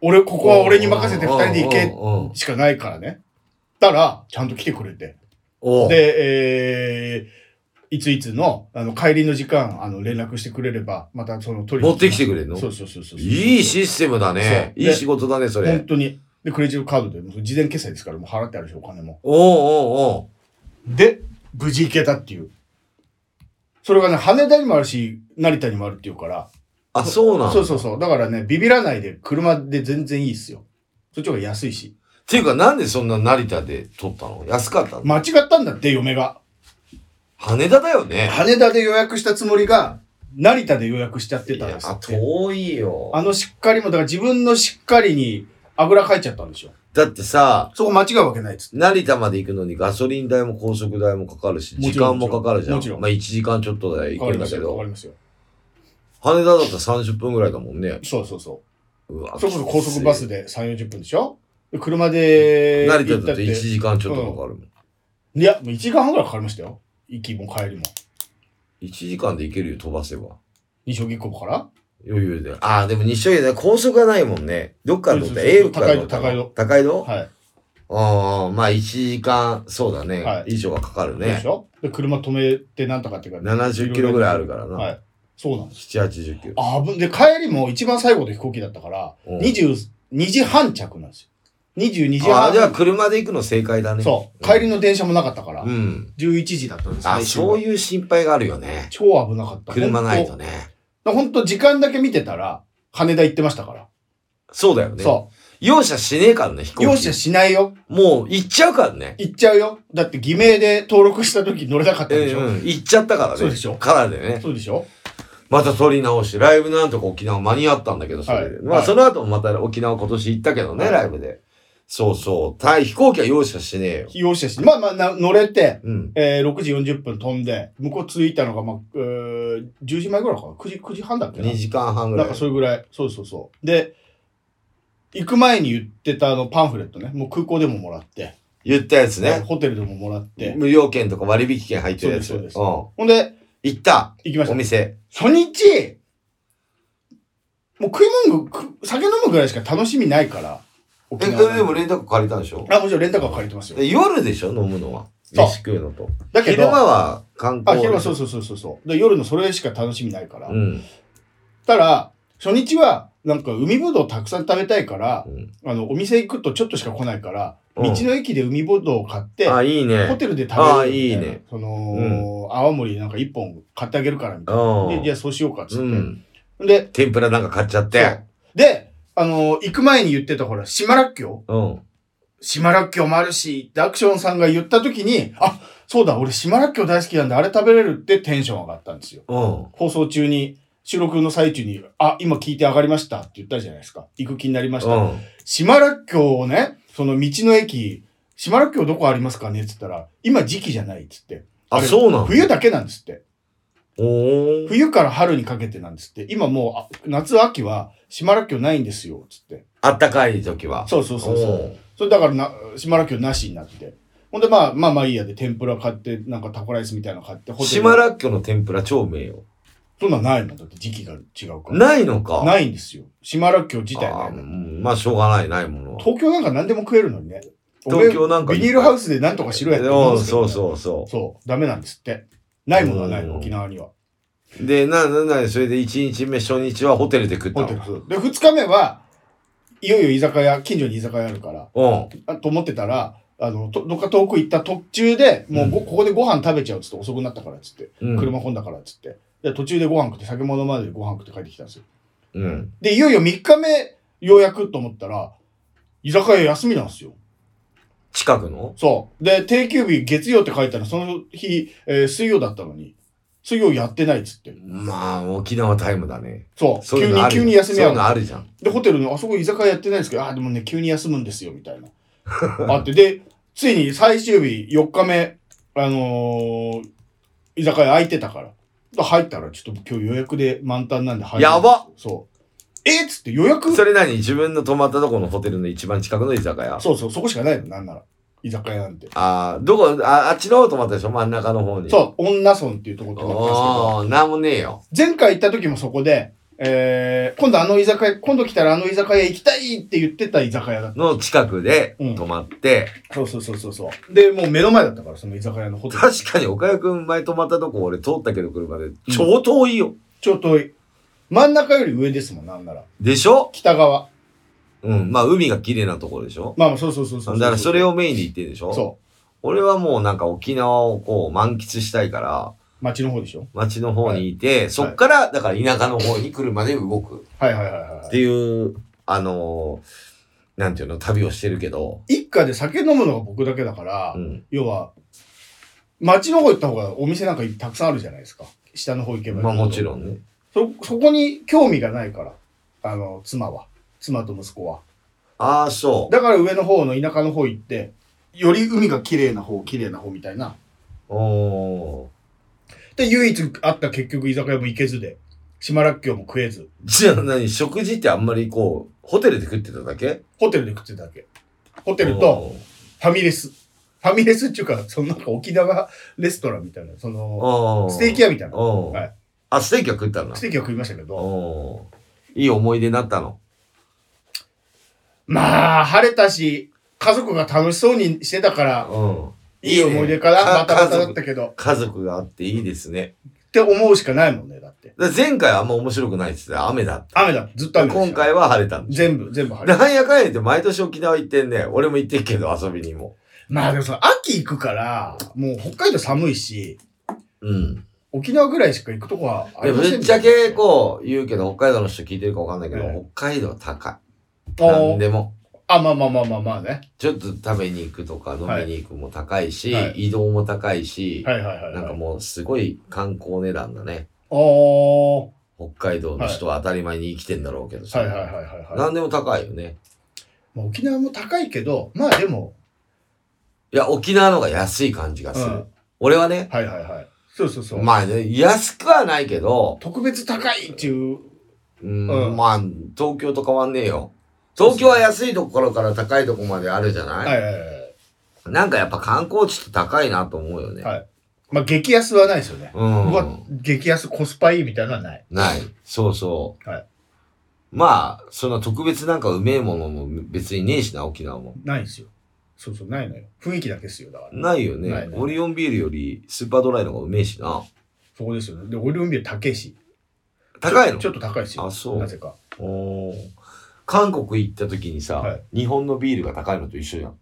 俺、ここは俺に任せて二人で行け
うんうんうんうん
しかないからね。たら、ちゃんと来てくれて。
おう。
で、えー、いついつの、あの、帰りの時間、あの、連絡してくれれば、またその取りに
持ってきてくれんの
そうそうそうそう。
いいシステムだね。
そう
いい仕事だね、そ
本
れ。
当に。で、クレジットカードで、もう事前決済ですから、もう払ってあるでしょ、お金も。
おうおうおう。
で、無事行けたっていう。それがね、羽田にもあるし、成田にもあるっていうから。
あ、そうなの
そ
っ
うそうそう。だからね、ビビらないで、車で全然いいっすよ。そっちの方が安いし。
ていうか、なんでそんな成田で撮ったの安かったの
間違ったんだって、嫁が。
羽田だよね。
羽田で予約したつもりが、成田で予約しちゃってたんです
あ、
って。
遠いよ。
あのしっかりも、だから自分のしっかりにあぐらかいちゃったんでしょ。
だってさ、
そこ間違うわけないっつって。
成田まで行くのにガソリン代も高速代もかかるし、
も
時
ちろ
間
ん
もかかるじゃん。
もちろん
まあ1時間ちょっとで
変
行く
わり
ん
ま
だ
す
け
よ。変わ
ど、
りますよ。
羽田だったら30分ぐらいだもんね。
そうそうそう
わ
う。それこそ高速バス。で3、40分でしょで車で
成
行
田
った
だ
っ。
ってて
い
1時間ちょっとかかるもん。
や、もう1時間半ぐらいかかりましたよ。行きも帰りも。
1時間で行けるよ、飛ばせば。
二小銀行から
余裕で。ああ、でも日照で高速がないもんね。どっから乗った
そうそうそう
?A から乗った
高井戸
高井戸
は
ああ、まあ1時間、そうだね。
はい
以上がかかる
い。で
ね
し。ょで、車止めてなんとかっていうか、
70キロぐらいあるからな。
はい。そうなんです。
7、80キロ。
あぶん、で、帰りも一番最後の飛行機だったから、
うん
22時半着なんですよ。22時
ああ、じゃあ
半。
車で行くの正解だね。
そう。帰りの電車もなかったから、
うん。
11時だったんです
あ
最終
そういう心配があるよね。
超危なかった。
車ないと
ね。
ね。
ほんと時間だけ見てたら、羽田行ってましたから。
そうだよね。
そ
容赦しねえからね、飛行
う。
機。
容赦しないよ。
もう行っちゃうからね。
行っちゃうよ。だって偽名で登録した時乗れなかった
うん
でしょ。
うん、行っちゃったからね。
そうでしょ
からでね。
そうでしょ
また撮り直して、ライブなんとか沖縄間に合ったんだけど、それで。
はい
まあ、
はい
その後もまた沖縄今年行ったけどね、
はい
ライブで。そうそう。た飛行機は容赦しねえよ。
容赦し、まあまあな乗れて、
うん。
えー6時40分飛んで、向こう着いたのが、まあ、えー10時前ぐらいかな ?9 時、9時半だっけな
2時間半ぐ
な
らい。
んかそれぐらい。そうそうそう。で、行く前に言ってたあのパンフレットね、もう空港でももらって、
言ったやつね。
ホテルでももらって、
無料券とか割引券入ってるやつ。
そうです
ん。
ほんで、
行った。
行きまし
お
た。
店。
初日、もう食い物ぐ、く酒飲むぐらいしか楽しみないから、
え、
沖縄
でもレンタカー借りたんでしょ
あ、もちろんレンタカー借りてますよ
で。夜でしょ飲むのは。
そう
飯食うのと。
だけ
昼
ど、
間は観
あ、
光。
昼間そううそうそうそうそう。で夜のそれしか楽しみないから。
うん。
たら、初日は、なんか海ぶどうたくさん食べたいから
う、ん。
あの、お店行くとちょっとしか来ないから、
うん
道の駅で海ボードを買って、
あ、いい
ホ
ね。
テルで食べるみたいな。
あいいね
その、泡盛なんか一本買ってあげるからみたいな。で、じゃあそうしようかっつっ
う
て。
ん。
で、
天ぷらなんか買っちゃって。
で、あのー行く前に言ってたほら、島らっきょう
うん。
島らっきょうもあるし、ダクションさんが言った時に、あ、そうだ、俺島らっきょう大好きなんで、あれ食べれるってテンション上がったんですよ。
うん。
放送中に、収録の最中に、あ、今聞いて上がりましたって言ったじゃないですか。行く気になりまし
う
た。
ん。
島らっきょうをね、その道の駅、島らっきょうどこありますかねって言ったら、今時期じゃないっつって。
あ、
れ
そうなの
冬だけなんですって。
おー。
冬から春にかけてなんですって。今もうあ、夏、秋は島らっきょうないんですよ、つって。
あったかい時は。
そうそうそうそう。
う。
それだからな、島らっきょうなしになって。ほんで、まあ、まあまあいいやで、天ぷら買って、なんかタコライスみたいなの買って、ホ
島
っ
らっきょうの天ぷら超名誉。
そんなんないもん。だって時期が違うから。
ないのか。い
ないんですよ。島らっきょう自体
あ
ない
ーう
の。
んまあ、しょうがない、ないものは。
東京なんか何でも食えるのにね。
東京なんか
俺ビニールハウスでなんとかしろやって思
うんん
ですけど
そ
ね
うそうそ
そう、ダメなんですって。ないものはない
うん
の、沖縄には。
う。で、な、な、な、それで1日目、初日はホテルで食った
ホ
の
テル。で、二日目は、いよいよ居酒屋、近所に居酒屋あるから、
うん。
あと思ってたら、あの、とどっか遠く行った途中で、もうご、ここでご飯食べちゃうっつって遅くなったからっつって、
うん
車混んだからっつって。で、途中でご飯食って、酒物までご飯食って帰ってきたんですよ。
うん。
で、いよいよ3日目、ようやくと思ったら、居酒屋休みなんですよ。
近くの
そう。で、定休日月曜って書いたら、その日、えー水曜だったのに、水曜やってないっつって。
まあ、沖縄タイムだね。
そう。
そうい
急
うのあ
に、
るよ
急に休み
そう
や
いうのあるじゃん。
で、ホテルの、あそこ居酒屋やってないですけど、あ、でもね、急に休むんですよ、みた
(laughs)
いな。あって、で、ついに最終日、4日目、あのー居酒屋空いてたから。で入ったら、ちょっと今日予約で満タンなんで入る
やば
そう。えっつって予約そ
それ何自分の泊まったとこのホテルの一番近くの居酒屋。
うそう、そこしかないの、なんなら。居酒屋なんて。
ああ、どこ、ああっちの方泊まったでしょ真ん中の方に。う。
そう、女村っていうところとかったんですけど、
おー、なんもねえよ。
前回行った時もそこで、えー、今度あの居酒屋、今度来たらあの居酒屋行きたいって言ってた居酒屋だっ
の近くで
うん
泊まって、
た。そうそうそうそうそう。で、もう目の前だったから、その居酒屋のホテル。
確かに岡谷くん前泊まったとこ俺通ったけど車で、超遠いよ。
(laughs) ちょっと真ん中より上ですもん、なんなら。
でしょ
北側。
うん。まあ、海が綺麗なところでしょ
まあまあ、そうそうそうそう。
だからそれ。をメインで行ってるでしょ
そ
俺はもうなんか沖縄をこう満喫したいから、
う。町の方でしょ
町の方にいて、そっから、だから田舎の方に来るまで動く
はいはいはいは
って
い。
いう、あのーなんていうの、旅をしてるけど、
一家で酒飲むのが僕だけだから、
うん。
要は、町の方行った方がお店なんかたくさんあるじゃないですか。下の方行けば
まあもちろんね。
そ、そこに興味がないから、あの、妻は。妻と息子は。
ああ、そ
だから上の方の田舎の方行って、より海が綺麗な方、綺麗な方みたいな。
う。おー
で、唯一あった結局居酒屋も行けずで、島らっきょうも食えず、
じゃあ何食事ってあんまりこう、ホテルで食ってただけ
ホテルで食ってただけ。ホ
ホ
テルと、ファミレス。ファミレスっていうか、そのなんか沖縄レストランみたいな、その、
おー
ステーキ屋みたいな。
おー
はい
あ、ステーキは食ったんだ
ス。テーキは食いましたけど、
おーいい思い出になったの。
まあ、晴れたし、家族が楽しそうにしてたから、
うん。
いい思い出から
ね
バタバタだ
家
っ
族
たけど、
家族があっていいですね。
って思うしかないもんね、だって。
だから前回はあんま面白くないっつってた雨だっ
雨だ、ずっと
た。
雨だ。
今回は晴れたんでしょ
全部、全部晴れた。
なんやかんや言って毎年沖縄行ってんね。俺も行ってんけど遊びにも。
まあでもさ、秋行くから、もう北海道寒いし、
うん。
沖縄ぐらいしか行くとこはあ
で
りません
ぶっちゃけこう言うけど、北海道の人聞いてるかわかんないけど、
ええ
北海道高い。
あ
なん
ー
でも。
あ、まあまあまあまあまあね。
ちょっと食べに行くとか飲みに行くも高いし、
は
移動も高いし、
はいはいはい、はい。
なんかもうすごい観光値段だね。
お
北海道の人は当たり前に生きてんだろうけど
ー
さ。
はいはいはいはい、はい。
なんでも高いよね。
まあ、沖縄も高いけど、まあでも、
いや、沖縄の方が安い感じがする。
うん
俺はね、
はいはいはい。そうそうそう。
まあね、安くはないけど、
特別高いっていう、
うん、
うん
まあ、東京と変わんねえよ。東京は安いところから高いところまであるじゃない、
はいはいはいはい。
なんかやっぱ観光地って高いなと思うよね。
はいまあ激安はないですよね。
う。
うんわ、激安コスパいいみたいなのはない。
ない。そうそう。
はい
まあ、そんな特別なんかうめえものも別にねえしな、沖縄も。
ないんですよ。そうそう、ないのよ。雰囲気だけですよ、だから。
ないよね。
ないね
オリオンビールよりスーパードライの方がうめえしな。
そこですよね。で、オリオンビール高いし。
高いの
ちょっと高いですよ。
あそう
なぜか。
おー韓国行った時にさ、
はい
日本のビールが高いのと一緒じゃん。
い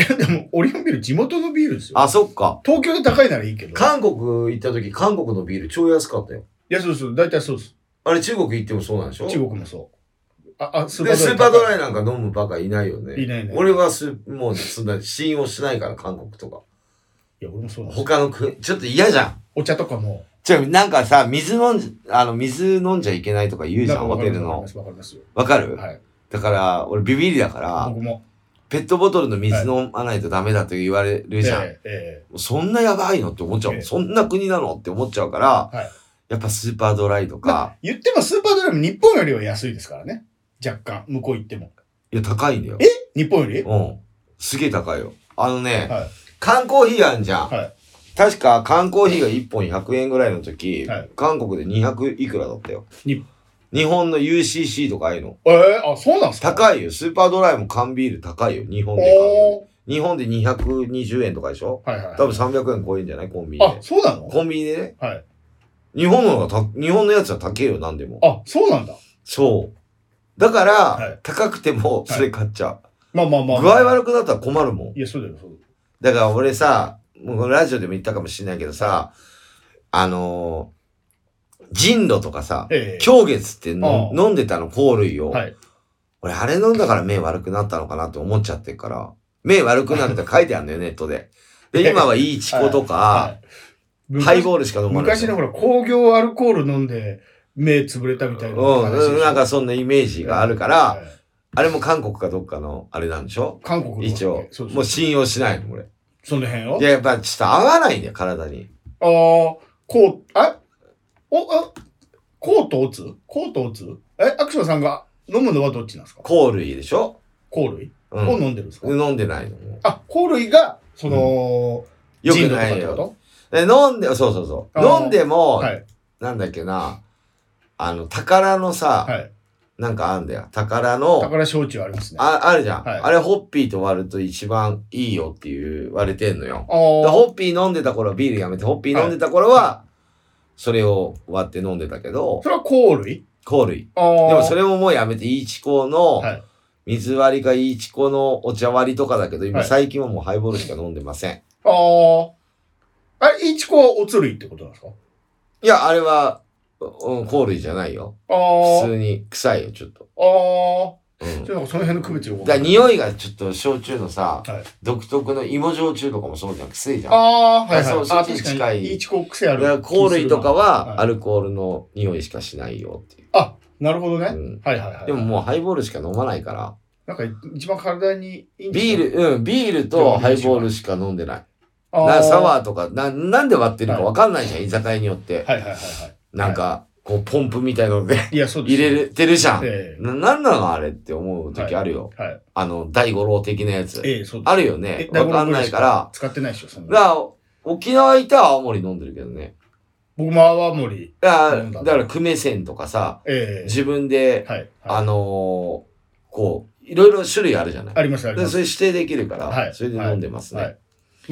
(laughs) や、でも、オリオンビール、地元のビールですよ。
あ、そっか。
東京で高いならいいけど。
韓国行った時、韓国のビール超安かったよ。
いや、そうそう、大体そうです。
あれ中国行ってもそうなんでしょ
中国もそう。あ、あ、ス
で、スーパードラ
イ
イなんか飲むバカいないよね。
いないね。
俺はす、もう、そんな、信用しないから、韓国とか。
いや、俺もそうなんですよ
他の国、ちょっと嫌じゃん。
お茶とかも。
じゃあなんかさ、水飲んじゃ、あの、水飲んじゃいけないとか言うじ
な
ゃん、
か
ホテルの
わかりま。すわかりますよ。
わかる
はい。
だから、俺ビビりだから、
僕も。
ペットボトルの水飲まないとダメだと言われるじゃん。
えええ
もうそんなやばいのって思っちゃうもん。
ええ
そんな国なのって思っちゃうから、
はい
やっぱスーパードライとか
え、言ってもスーパードライも日本よりは安いですからね。若干、向こう行っても。
いや、高いんだよ。
日本より
うん。すげえ高いよ。あのね、
はい
缶コーヒーあんじゃん。
はい
確か缶コーヒーが1本100円ぐらいの時、
はい
韓国で200いくらだったよ。
に
日本の UCC とかああいうの。
ええあ、そうなんすか
高いよ。スーパードライも缶ビール高いよ。日本で買うよ
おー
り。日本で220円とかでしょ
はいはい。
多分300円超えんじゃないコンビニ
あ、
で。
そうなの
コンビニでね。
はい。
日本の方がた、日本のやつは高いよ、なんでも。
あ、そうなんだ。
そう。だから、
はい
高くてもそれ買っちゃ
まあまあ
う。
まあ。
具合悪くなったら困るもん。
いや、そうだよ、そうだ
だ
よ。
から俺さ、もうラジオでも言ったかもしれないけどさ、あのー、人路とかさ、
ええ
狂月っての
ああ
飲んでたの、香類を。
はい。
俺、あれ飲んだから目悪くなったのかなって思っちゃってるから、目悪くなるって書いてあるんだよ、ネットで。で、今はいいチコとか、
はい
ハイボールしか飲まない。
昔のほら、工業アルコール飲んで、目つぶれたみたいな話でしょ。
うん、なんかそんなイメージがあるか
は
ら、
い、
あれも韓国かどっかの、あれなんでしょ
韓国の
一応
そう。そ
も
う
う信用しないの、俺。
その辺を
いや、やっぱちょっと合わないんだよ、体に。
ああ、こう、あ、お、あ、コート打つコート打つえ、アクションさんが飲むのはどっちなんですか
香類でしょ
コー類
う
を
ん。
飲んでるんですか、
飲んでないの。
あ、コー類が、その、
よ
ジ
く
ンとか
な
っ
い
てこ
よ。
と
で飲んで、そうそうそ
あー
う。飲んでも、
はい。
なんだっけな、あの、宝のさ、
はい。
なんかあんだよ。宝の、
宝焼酎ありますね。あ
ああるじゃん、
はい
あれホッピーと割ると一番いいよっていう言われてんのよ。
あ
だからホ
ー。
ッピー飲んでた頃はビールやめて、ホッピー飲んでた頃は、それを割って飲んでたけど
そ、れはコー類
香類。
ああ。
でもそれももうやめて、イーチコの
はい、
水割りかイーチコのお茶割りとかだけど、今
はい
最近はもうハイボールしか飲んでません。
ああ。あれ、イチコはおつ類ってことなんですか
いや、あれは、うん、香類じゃないよ。
あ
普
あ。
通に臭いよ、ちょっと。
あ
うん
あ。ちょっとなんかその辺の区別よくわ
だ
か
から
んない
匂いがちょっと焼酎のさ、
はい
独特の芋焼酎とかもそうじゃん、臭いじゃん。だか
ああー、はいはい。
そうそ
あ
っちに
ー確
近
か
い
に。イチコ癖ある。
ら香類とか
は
はいアルコールの匂いしかしないよっていう。
あ、なるほどね。
うん
はいはいはい。
でももうハイボールしか飲まないから、
なんか一番体にいいん
ビ
ル、
ール、うん、ビールとハイボールしか飲んでない。
あ
なサ
ー。
ワーとか、な、なんで割ってるかわかんないじゃん、居酒屋によって。
はいはいはいは
なんか、こう、ポンプみたいなので
い。いや、そうです
入
よ。
れてるじゃん。
え
な、なんなのあれって思う時あるよ。
えはい。
あの、第五郎的なやつ。
ええそうです。
あるよ
え
ね。
名
わ
古
か
屋
ん
ぐ
な
ら
い
し
から。
使ってないでしょ、そん
だ
な。
から、沖縄行ったら青森飲んでるけどね。
僕も泡盛。
だか
飲
ら、
んだ
だから久米線とかさ、
ええ
自分で、
はい。
あ
はい
のーこう、いろいろ種類あるじゃない。
ありますあり
で
ま
そ
す。
れ指定できるから、
はい
それで飲んでますね。
はいい。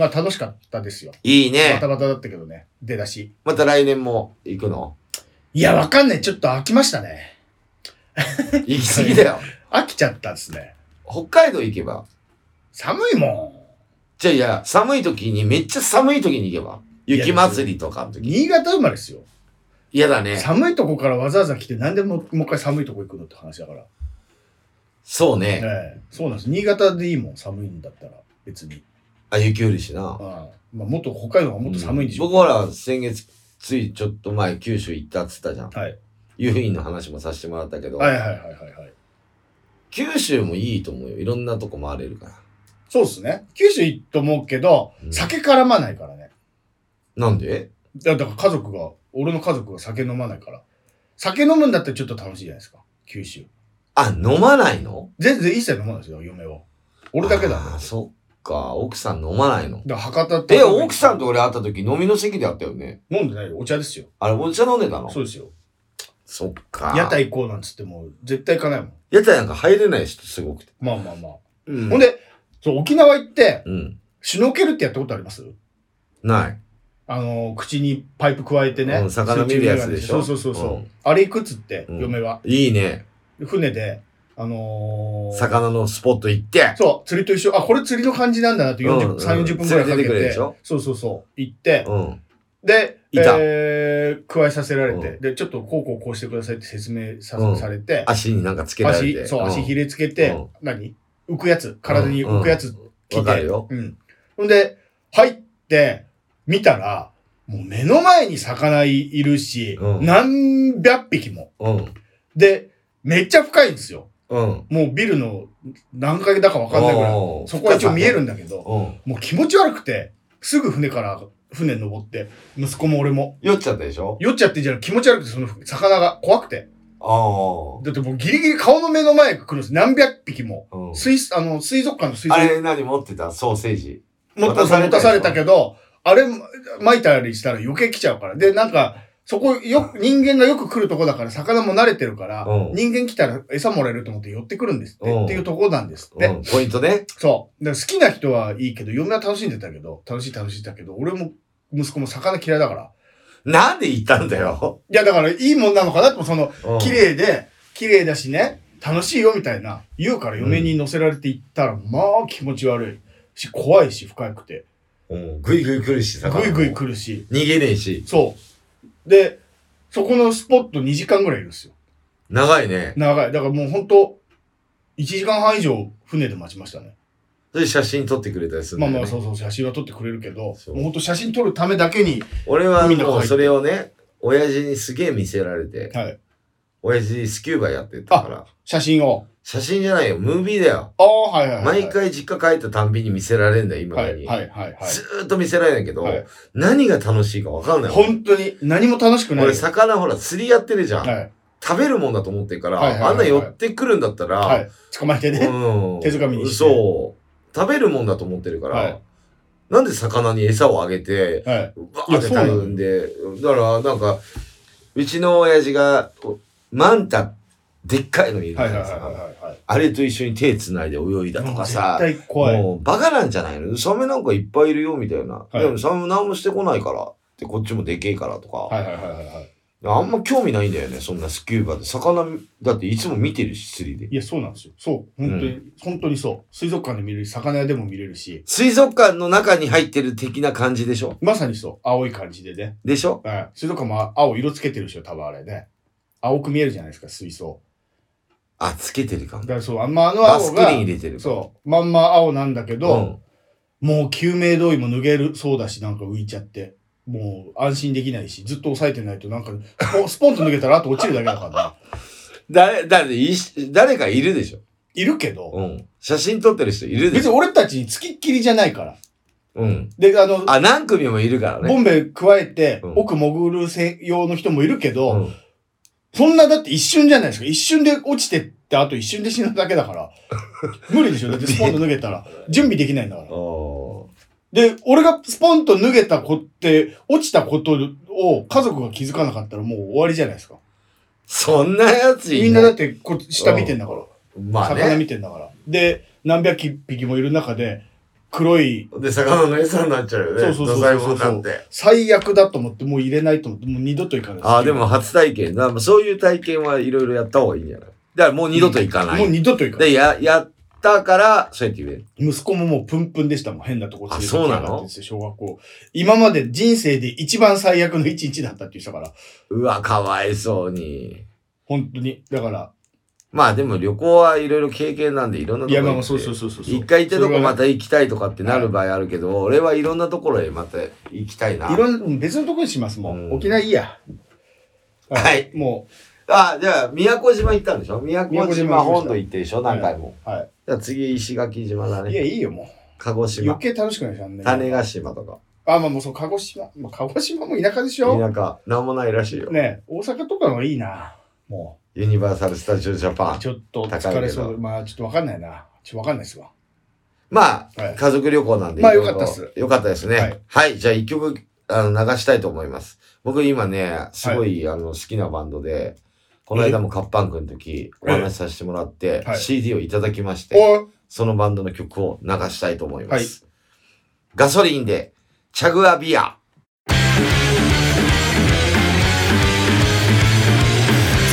まあ楽しかったですよ。
い、
バ
ね
タ。バタだったけどね。出だし。
また来年も行くの
いや、わかんない。ちょっと飽きましたね。
行き過ぎだよ。
飽きちゃったですね。
北海道行けば。
寒いも
じゃあいや、寒い時に、めっちゃ寒い時に行けば。雪祭りとかの
ん。
時。
新潟生まれですよ。
嫌だね。
寒いとこからわざわざ来て、なんでももう一回寒いとこ行くのって話だから。
そうね。
ええ、そうなんです。新潟でいいもん、寒いんだったら、別に。
あ、雪降るしな。
ああまあ、もっと北海道がもっと寒いんでしょ、
僕ほら、先月、ついちょっと前、九州行ったっつったじゃん。
はい。
湯布院の話もさせてもらったけど、
はいはいはいはいはい。
九州もいいと思うよ。いろんなとこ回れるから。
そうですね。九州行くと思うけど、
うん
酒絡まないからね。
なんで
だだから家族が、俺の家族が酒飲まないから。酒飲むんだったらちょっと楽しいじゃないですか。九州。
あ、飲まないの
全然一切飲まないですよ、嫁は。俺だけだね。
あーそっか。奥さん飲まないの。
だから博多って。
え、奥さんと俺会った時飲みの席で会ったよね。
飲んでないよ。お茶ですよ。
あれ、お茶飲んでたの
そうですよ。
そっか。
屋。台行こうなんつっても、絶対行かないもん。
屋台なんか入れない人すごくて。
まあまあまあ。
うん
ほんで、そう、沖縄行って、
うん。
シュノーケルってやったことあります
ない。
あの、口にパイプ加えてね。
うん魚見るやつでしょ
そうそうそうそう。
うん
あれ行くっつって、
うん
嫁は。
いいね。
船で、あのー
魚のスポット行って、
そう、釣りと一緒。あ、これ釣りの感じなんだなって40、
うんうん
3、40分くらい
連れてっ
かけ
て
て
くれるでしょ
そうそうそう、行って、
うん。
で、
いた
えー、加えさせられて、
う
で、ちょっとこうこうこうしてくださいって説明さ,、
うん
されて、
足になんかつけられて。
足、そう、
ん
足ひれつけて、
うん
何浮くやつ、体に浮くやつ着て、
わかるよ。
うん。ほんで、入って、見たら、もう目の前に魚いるし、
うん
何百匹も。
うん。
で、めっちゃ深いんですよ。
うん。
もうビルの何階だかわかんないぐらい。
おー
そこは一応見えるんだけど、
うん。
もう気持ち悪くて、すぐ船から、船登って、息子も俺も、
酔っちゃったでしょ
酔っちゃってんじゃなく気持ち悪くて、その魚が怖くて。
あ
だってもうギリギリ顔の目の前が来るんです。何百匹も。
あ。うん。
水、あの、水族館の水
あ
族
れ何持ってたソーセージ。
持た
渡
さ
さ
れ
れたでしょ
たされたけど、あれ、巻いたりしたら余計来ちゃうから。で、なんか、そこよ、人間がよく来るとこだから、魚も慣れてるから、
うん
人間来たら餌もらえると思って寄ってくるんですって、
うん
っていうとこなんですって。
うん。ポイントね。
そう。だから好きな人はいいけど、嫁は楽しんでたけど、楽しい楽しいだけど、俺も息子も魚嫌いだから。
なんで行ったんだよ。
いや、だからいいもんなのかなって、その、
うん
綺麗で、綺麗だしね、楽しいよみたいな、言うから嫁に乗せられて行ったら、まあ気持ち悪いし、怖いし、深くて。
うん。ぐいぐい来るし、魚も
ぐいぐい来るし、
逃げねえし。
そう。で、そこのスポット2時間ぐらいいるんですよ。
長いね。
長い。だからもうほんと、1時間半以上船で待ちましたね。
それ写真撮ってくれたりするん
ま
だ
あ
よね
まあ、そうそう、写真は撮ってくれるけど、
そう
もうほんと写真撮るためだけに、
俺は
海の中
も
入っ
う
て
それをね、親父にすげえ見せられて、
はい
親父スキューバやってたから、
写真を。
写真じゃないよ、ムービーだよ。
ああ、はいはいはい。
毎回実家帰ったたんびに見せられるんだよ、今
は
まで
い
に。
はいはいはい。
ずーっと見せられないけど、
はい
何が楽しいか分かんない。
本当に何も楽しくないよ。
俺、魚ほら、釣りやってるじゃん。
はい。
食べるもんだと思ってるから、
はいはいはいはい
あんな寄ってくるんだったら、
はい。捕まえてね。
うん。
手づかみにして
そう。食べるもんだと思ってるから、
はい
なんで魚に餌をあげて、
はい。
バーって食べるんで、だからなんか、うちの親父が、おマンタ、でっかいのいるじゃ
は
ない
はいはい
いですか
はいはい。
あれと一緒に手繋いで泳いだとかさ、
絶対怖い。
もうバカなんじゃないのサメなんかいっぱいいるよみたいな。
はい
でもサメ何もしてこないから。で、こっちもでけえからとか。
はいはいはいはいはい。
あんま興味ないんだよね、そんなスキューバで。魚、だっていつも見てるし、釣りで。
いや、そうなんですよ。そう。本当に、
う
本当にそう。水族館で見れるし、魚屋でも見れるし、
水族館の中に入ってる的な感じでしょ
まさにそう。青い感じでね。
でしょ
はい。水族館も青色つけてるでしょ、多分あれね。青く見えるじゃないですか、水槽。
あ、つけてるかも
だ。からそう、あんまあの
バス
青
クリ
が、
ーン入れてる
そう、まんま青なんだけ
う
ど、
ん
もう救命胴衣も脱げるそうだし、なんか浮いちゃって。もう安心できないし、ずっと押さえてないと、なんか、スポン (laughs) スポンと脱げたら、あと落ちるだけだからね。
誰、誰、いし誰かいるでしょ
いるけど、
うん。写真撮ってる人いるで
別
し
に
ょ
俺たちに付きっきりじゃないから。
うん。
で、あの、
あ、何組もいるから
ボ
ね。
ンベ加えて、
うん
奥潜る専用の人もいるけど、
うん
そんなだって一瞬じゃないですか。一瞬で落ちてって、あと一瞬で死ぬだけ
(laughs)
だから。無理でしょだってスポンと脱げたら。準備できないんだから。
お
で、俺がスポンと脱げた子って、落ちたことを家族が気づかなかったらもう終わりじゃないですか。
そんなやつい
みんなだってこ下見てんだから。
まあ
魚
ね。
見てんだから。で、何百匹もいる中で、黒い、
で、魚の餌になっちゃうよね。
そうそうそうそう
土佐芋になって。
最悪だと思って、もう入れないと思って、もう二度と行かないす
ああ、でも初体験。だからそういう体験はいろいろやった方がいいんじゃないだからもう二度と行かない。
もう二度と行かない
で、や、やったから、そうやって言える。
息子ももうプンプンでしたもん。変なとこ連れて
あそうなの
やがってって小学校。今まで人生で一番最悪の一日だったって言ってたから。
うわ、かわいそうに。
本当に。だから、
まあでも旅行はいろいろ経験なんでいろんなとこ
い
ろ
や、
行っ
まあま
て
あそうそうそうそう。
一回行ったとこま
そ
た行きたいとかってなる場合あるけど、俺はいろんなところへまた行きたいな。
れはいろんな、別のとこにしますもん。
うん
沖縄いいや。
はい
も
あ、じゃあ、宮古島行ったんでしょ宮
宮
古
古島
島
行きました
本土行ってるでしょ何回も。
う、は
じゃあ次、石垣島だ
い。いや、
ね。
いいよ、も
鹿児
う。
島
余。計楽しくないじゃんね。
種子島とか。
あ、まあもうそう、鹿児島。まあ、鹿児島も田舎でしょ
田舎、なんもないらしいよ。
ねえ大阪とかの方がいいな。も
ユニバーサル・スタジオ・ジャパ
う。
ン。
ちょっと疲れそ。
高いうけ
まあ、ちょっとわかんないな。ちょっとわかんないっすわ。
まあ、
はい
家族旅行なんで。
まあ
いろいろ
よかったっす。
よかったですね。
は
はいい。じゃあ一曲、あの、流したいと思います。僕今ね、すごい、あの、好きなバンドで、この間もカッパン君の時、お話しさせてもらって、
はい
CD をいただきまして、
お
そのバンドの曲を流したいと思います。ガソリンで、チャグアビア。
Take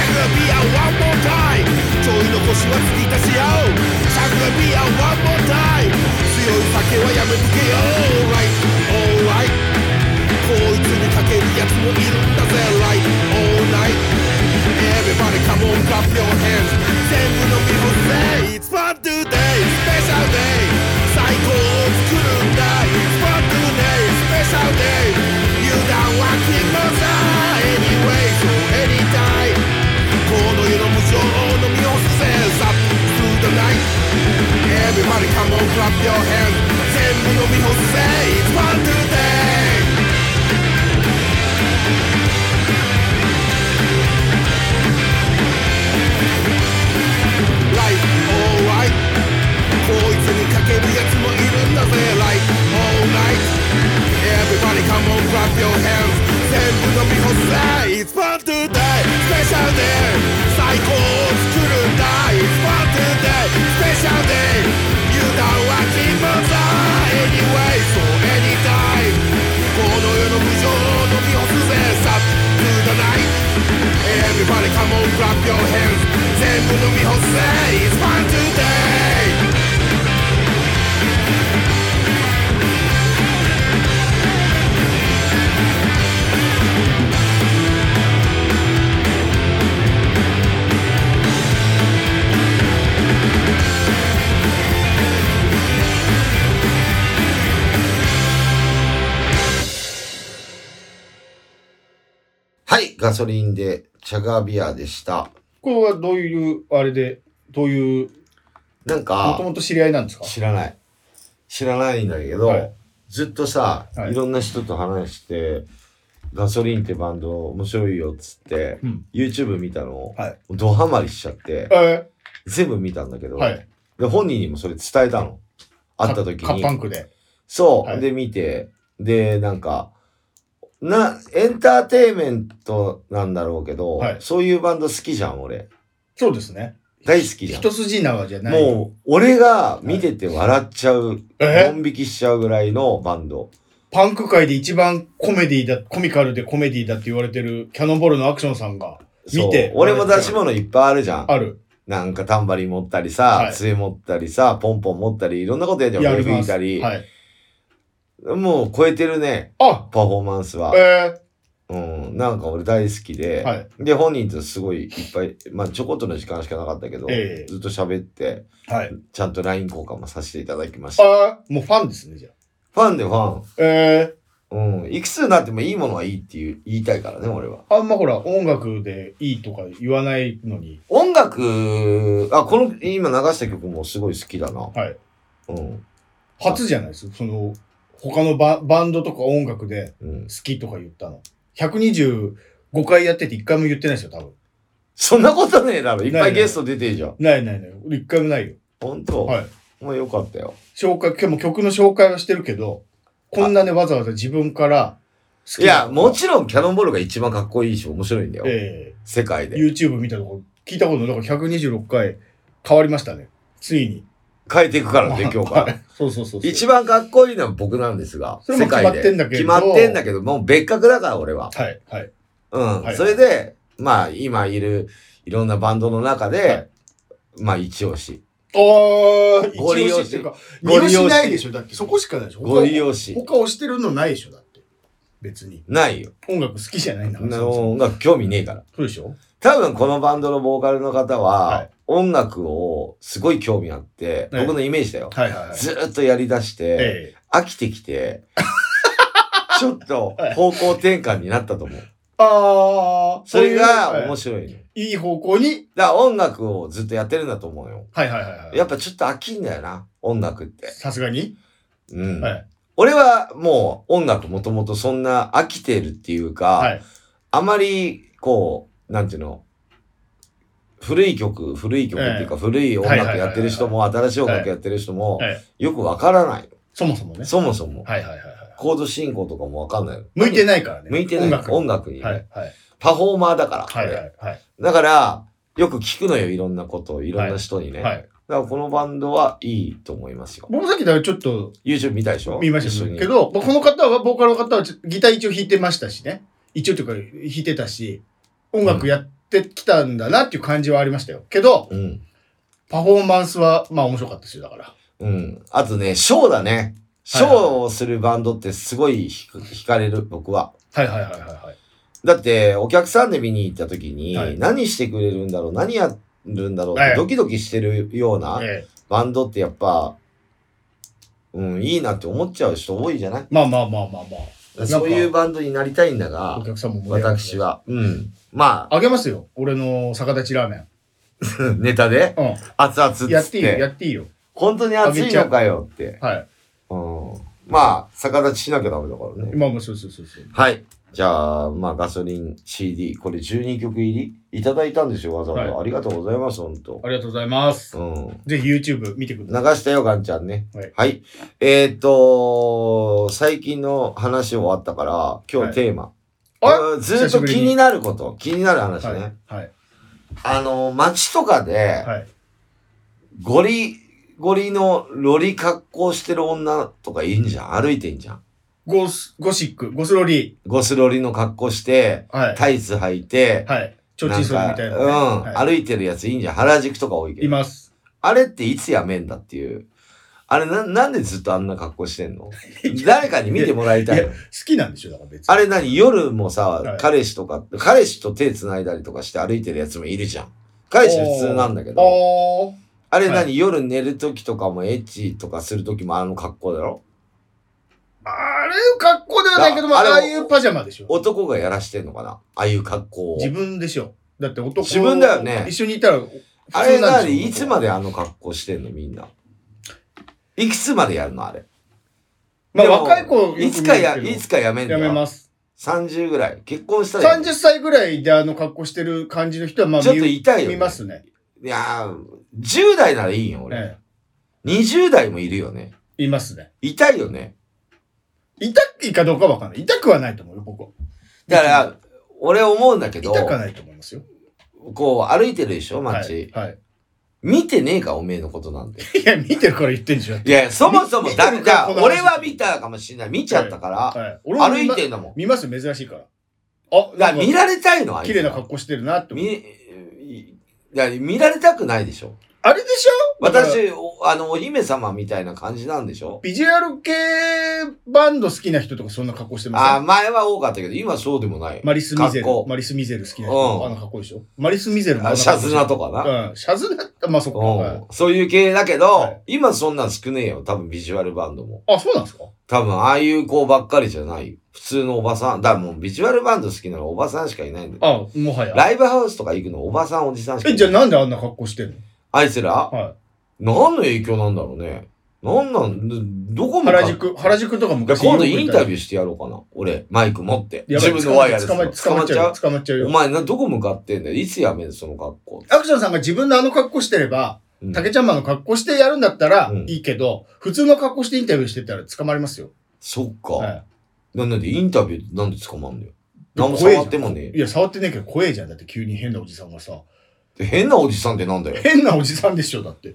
a beer one more time ちょい残しは継ぎ足し合おうシャークがビア one more time 強い酒はやめとけよ Right, alright こいつにかけるやつもいるんだぜ Right, alright Everybody come on clap your hands 全部の日本 say It's fun today special day 最高を作るんだ It's fun today special day 油断は禁物さ Anyways anytime この世の無情の身を制作 Through the night Everybody come on clap your hands 全部の身を制 It's fun today ライ alright こいつにかけるやつもいるんだぜライ alright Everybody come on clap your hands 全部飲み干せ It's fun today スペシャルデー最高を作るんだ It's fun today スペシャルデー油断は禁物だ Anyway so anytime この世の無情の身をすぜさ To the night Everybody come on, clap your hands 全部のみ干せ It's fun today
はい、ガソリンでチャガービアでした。
これはどういう、あれで、どういう、
なん
もと
か、
もと知り合いなんですか
知らない。知らないんだけど、
はい
ずっとさ、
はい
い、ろんな人と話して、ガソリンってバンド面白いよっつって、
うん
YouTube 見たの、
はい
ドハマりしちゃって、
え
全部見たんだけ
ー
ど、
はい。
で本人にもそれ伝えたの。会った時
カッ
に
パ。ンクで。
そう、
はい
で、見て、で、なんか、な、エンターテインメントなんだろうけど、
はい
そういうバンド好きじゃん、俺。
そうですね。
大好きじゃん。
一筋縄じゃない。
もう、俺が見てて笑っちゃう、
え
ドン引きしちゃうぐらいのバンド。
パンク界で一番コメディだ、コミカルでコメディだって言われてるキャノンボールのアクションさんが
そう
見て
俺も出し物いっぱいあるじゃん。
ある。
なんかタンバリン持ったりさ、
はい
杖持ったりさ、ポンポン持ったり、いろんなことやって
や
る。笛
り
吹
ま
い
す。
た
は
り、
い。
もう超えてるね、
あ
パフォーマンスは。
え
うん、なんか俺大好きで、
はい
で、本人とすごいいっぱい、まあちょこっとの時間しかなかったけど、
ええ
ずっと喋って、
ー、はい。
ちゃんと LINE 交換もさせていただきました。
あーもうファンですね、じゃあ。
ファンでファン。
え
うん、いくつになってもいいものはいいっていう言いたいからね、俺は。
ー、あんまほら、音楽でいいとか言わないのに。
音楽、あ、この、今流した曲もすごい好きだな。
はい。
うん。
初じゃないですその、他のババンドとか音楽で
うん
好。きとか言ったの。125回やってて1回も言ってないですよ、多分。
そんなことねえだろ。いっ
な
ぱ
い
い
ない
ゲスト出てるじゃん。
ないないない。俺1回もないよ。
ほんと
はい。
もうよかったよ。
紹介、今日も曲の紹介はしてるけど、こんなね、わざわざ自分から好
いや、も
ろ
ちろんキャノンボールが一番かっこいいし面白いんだよ。
え
世界
え
で。
YouTube 見たとこ、聞いたこと、だから126回変わりましたね。ついに。
変えていくからね、今日から。
そうそうそうそう。
一番かっこいいのは僕なんですが、
それも
世界で
決まってんだけど
決まってんだけど、もう別格だから、俺は。
はい、はい。
うん。
はい
それで、まあ、今いる、いろんなバンドの中で、
はい
まあ、一押し。
おー、一
ご利用
押
し
しっていうか、
ご
二
利用し
押しないでしょ。だってそこしかないでしょ。
ご利用し。
他押してるのないでしょ、だって。別に。
ないよ。
音楽好きじゃないんだから。そもそも
音楽興味ねえから。
そうでしょ
多分このバンドのボーカルの方は、
はい
音楽をすごい興味あって、
ええ
僕のイメージだよ。
はいはいはい。
ずーっとやり出して、
ええ。
飽きてき
(laughs)
て、ちょっと方向転換になったと思う。
あー、
それ
そうい
が
う
面
はい
白いの。
いい方向に、
だから音楽をずっとやってるんだと思うよ。
はいはいはいはい。
やっぱちょっと飽きんだよな、音楽って。
さすがに、
うん。
はい。
俺はもう音楽もともとそんな飽きてるっていうか、
はい。
あまり、こう、なんていうの、古い曲、古い曲っていうか、古い音楽やってる人も、新しい音楽やってる人も、
え
よくわからない。
そもそもね。
そもそも。
はいはいはいはい。
コード進行とかもわかんないの。
向いてないからね。
向いてない。
音
音楽
楽に。
にね、
はいはい。
パフォーマーだから。
はいは
俺
いはい。
だから、よく聞くのよ、いろんなことを、いろんな人にね。
はい。
だからこのバンドはいいと思いますよ。
僕もさっきだからちょっと
YouTube 見たでしょ
見ま
一
し
緒
た
に
けど、まあこの方は、ボーカルの方はちょギター一応弾いてましたしね。一応というか弾いてたし、音楽やってきたんだなっていう感じはありましたよ。けど、
うん。
パフォーマンスは、まあ面白かったですよ、だから。
うん。あとね、ショーだね。ショーをするバンドってすごい惹惹かれる、僕は。
はいはいはいはいはい。
だって、お客さんで見に行った時に、
はい
何してくれるんだろう、何やるんだろうっ
え
て
え
ドキドキしてるような
ええ、
バンドってやっぱ、うん、いいなって思っちゃう人多いじゃない
まあまあまあまあまあ。
そういう
なんか
バンドになりたいんだが
お、客さんも盛り上がる
私。は。うん。ま
あげますよ、俺の逆立ちラーメン。
あ、 (laughs) ネタで、
う
熱々っつ
ん。や
っ
っていいよ、や
て、
っていいよ。
本当に熱いのかよって。
はい。
うん。まあ、逆立ちしなきゃダメだからね。
今もそうそうそうそう。
はい。じゃあ、まあ、ガソリン CD、これ12曲入りいただいたんですよ、わざわざ。
は
ありがとうございます、ほんと
あ。りがとうございます。
うん。
ぜひ YouTube 見てく
流
ださい。
したよ、ガンちゃんね。
はい
えーっと、最近の話終わったから、今日テーマ。
あ
うんずっと気になること、気になる話ね。
はい。はい。
あの、街とかで、
はい。
ゴリゴリのロリ格好してる女とかいいんじゃん。歩いてんじゃん。
ゴス、ゴシック、ゴスロリ
ゴスロリの格好して、
ー。はい。
タイツ履いて、
はい。ちょうちんするみたいなね。
んかうん、
はい
歩いてるやついいんじゃん。原宿とか多いけ
い
ど。
ます。
あれっていつやめんだっていう。あれな、なんでずっとあんな格好して
(laughs)
んの誰かに見てもらいたいの。
好きなんでしょ、だから別に。
あれ何夜もさ、
はい
彼氏とか、彼氏と手繋いだりとかして歩いてるやつもいるじゃん。彼氏普通なんだけど。
おー
あれ何、
は
夜寝る時とかもエッチとかする時もあの格好だろ
あれ、格好ではないけども、
ああれ
ああいうパジャマでしょ。
男がやらしてんのかなああいう格好を。
自分でしょ。だって男
自分だよね
一緒にいたら、
あれ
な
何いつまであの格好してんのみんな。いくつまでやるのあれ。
まあ
でも
若い子よく見る
い
けど
つかや、いつかやめんだ
や
よ。
めます。
30ぐらい。結婚したらやめ
30歳ぐらいであの格好してる感じの人は、まあ、
ちょっと痛いよね
見ますね。
いやー、10代ならいいよ、俺。
え
20代もいるよね。
え、いますね。
痛いよね。
痛いかどうかわかんない。痛くはないと思うよ、僕は。
だから、俺思うんだけど、
痛くはないと思いますよ。
こう歩いてるでしょ、街。
はい。はい。
見てねえか、おめえのことなんて。
いや、見てるから言ってんじゃん。
いや、そもそも、
見
だ
(laughs) 見て
っ
る
て
かこの話
俺は見たかもしれない。見ちゃったから、
はい。俺も
歩
見
い
ま
てんだもん。
見ますよ、珍しいから。あ、
だ
な
から
ん
見ら
か、
れたいの、あいつ
綺麗な格好してるなって思う
見、いや、見られたくないでしょ。
あれでしょだから
私、おあの、お姫様みたいな感じなんでしょ
ビジュアル系バンド好きな人とかそんな格好して
あ
ま
ー、前は多かったけど、今そうでもない。
すマリス・ミゼル
格好。
マリス・ミゼル好きな
う
人。
ん
あの格好でしょマリス・ミゼルもあ
あ
の
シャ
格好
ズナとかな。
うん。シャズナって、まあそっか。はい
うんそういう系だけど、
はい
今そんなん少ねえよ。多分ビジュアルバンドも。
あ、そうなんですか
多分ああいう子ばっかりじゃない。普通のおばさん。だからもうビジュアルバンド好きなのおばさんしかいないんだよ。
あ、もはや。
ライブハウスとか行くのおばさんおじさんしかい
え、
ない。
じゃあなんであんな格好してんの
あいつら、
は
何の影響なんだろうね。なんなん、どどこ
い。
もか
原宿、原宿とか
だ
昔
から今度インタビ
ュー。
ューしてやろうかな。俺、マイク持って。
やば
自
い
分のワイヤレス
捕まえ
の。
捕まっちゃうよ。捕まっちゃう
お
よ。
前な、どこ向かってんだよ。いつやめん、その格好。
アクションさんが自分のあの格好してれば、
うん
竹ちゃんマンの格好してやるんだったら
うん
いいけど、普通の格好してインタビューしてたら捕まりますよ。
そっか。
はい。
ななんでインタビューなんで捕まんだよ。
で
何も
怖えじゃん
触ってもね
いや、触ってねえけど怖えじゃん。だって急に変なおじさんがさ。
え。変なおじさんってなんだ
(laughs)
よ。
変なおじさんでしょ、だって。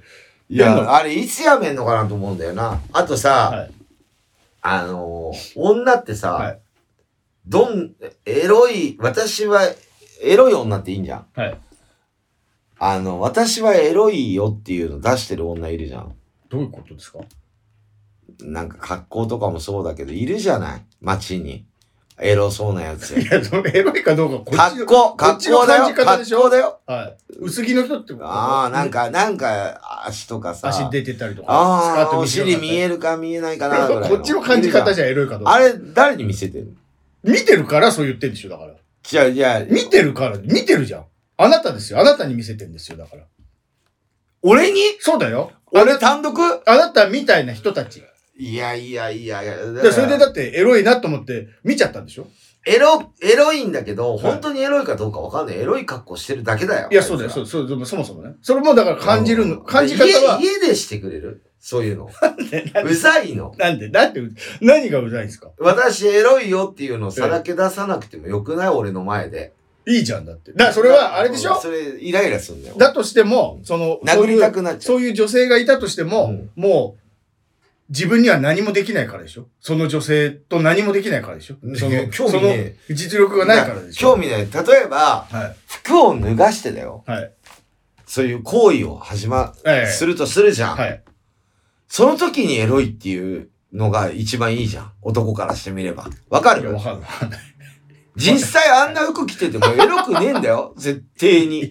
い
変な
や、あれいつやめんのかなと思うんだよな。あとさ、
はい
あのー女ってさ、
はい
どん、エロい、私はエロい女っていいんじゃん。
はい
あの、私はエロいよっていうの出してる女いるじゃん。
どういうことですか (laughs)
なんか格好とかもそうだけど、いるじゃない街に。エロそうなや
(laughs)
つ。
いや、そのエロいかどうか、こっち
格好、
こっ
格
ちの
好だよ
感じ。方でしょ
格好だよ。
はい。薄着の人ってこと
ああ、なん。か、なんか、足とかさ。
足出てたりとか。
ああ、お尻見
る
えるか見えないかなぐらいの。
(laughs) こっちの感じ方じゃエロいかどうか。
あれ、誰に見せてるの
見てるからそう言ってんでしょ、だから。
じゃあ、じゃあ、
見てるから、見てるじゃん。あなたですよ。あなたに見せてんですよ、だから。
俺に
そうだよ。
俺単独
あなたみたいな人たち。
いやいやいやいや。だから
でそれでだってエロいなと思って見ちゃったんでしょ
エロ、エロいんだけど、
い
本当にエロいかどうかわかんない。エロい格好してるだけだよ。
いや、そうだよ、そうう、そう、でもそもそもね。それもだから感じるの、
ん
感じ方は。
家、家でしてくれるそういうの。うざいの。
(laughs) なんで、なんで、何がうざいんですか
私エロいよっていうのをさらけ出さなくてもよくない俺の前で。
いいじゃんだって。だからそれは、あれでしょ
それ、イライラすんだよ。
だとしても、その、
殴りたくなっちゃう
そういう、そういう女性がいたとしても、
うん
もう、自分には何もできないからでしょその女性と何もできないからでしょ
ね
その、
興味
その
ね
実力がないからでしょ
興味ない。例えば、
はい。
服を脱がしてだよ。
はい。
そういう行為を始ま、
ええ
するとするじゃん。
はい。
その時にエロいっていうのが一番いいじゃん。男からしてみれば。わか
い
る
や、わかんない。
実際あんな服着ててもエロくねえんだ
(laughs)
よ。絶対に。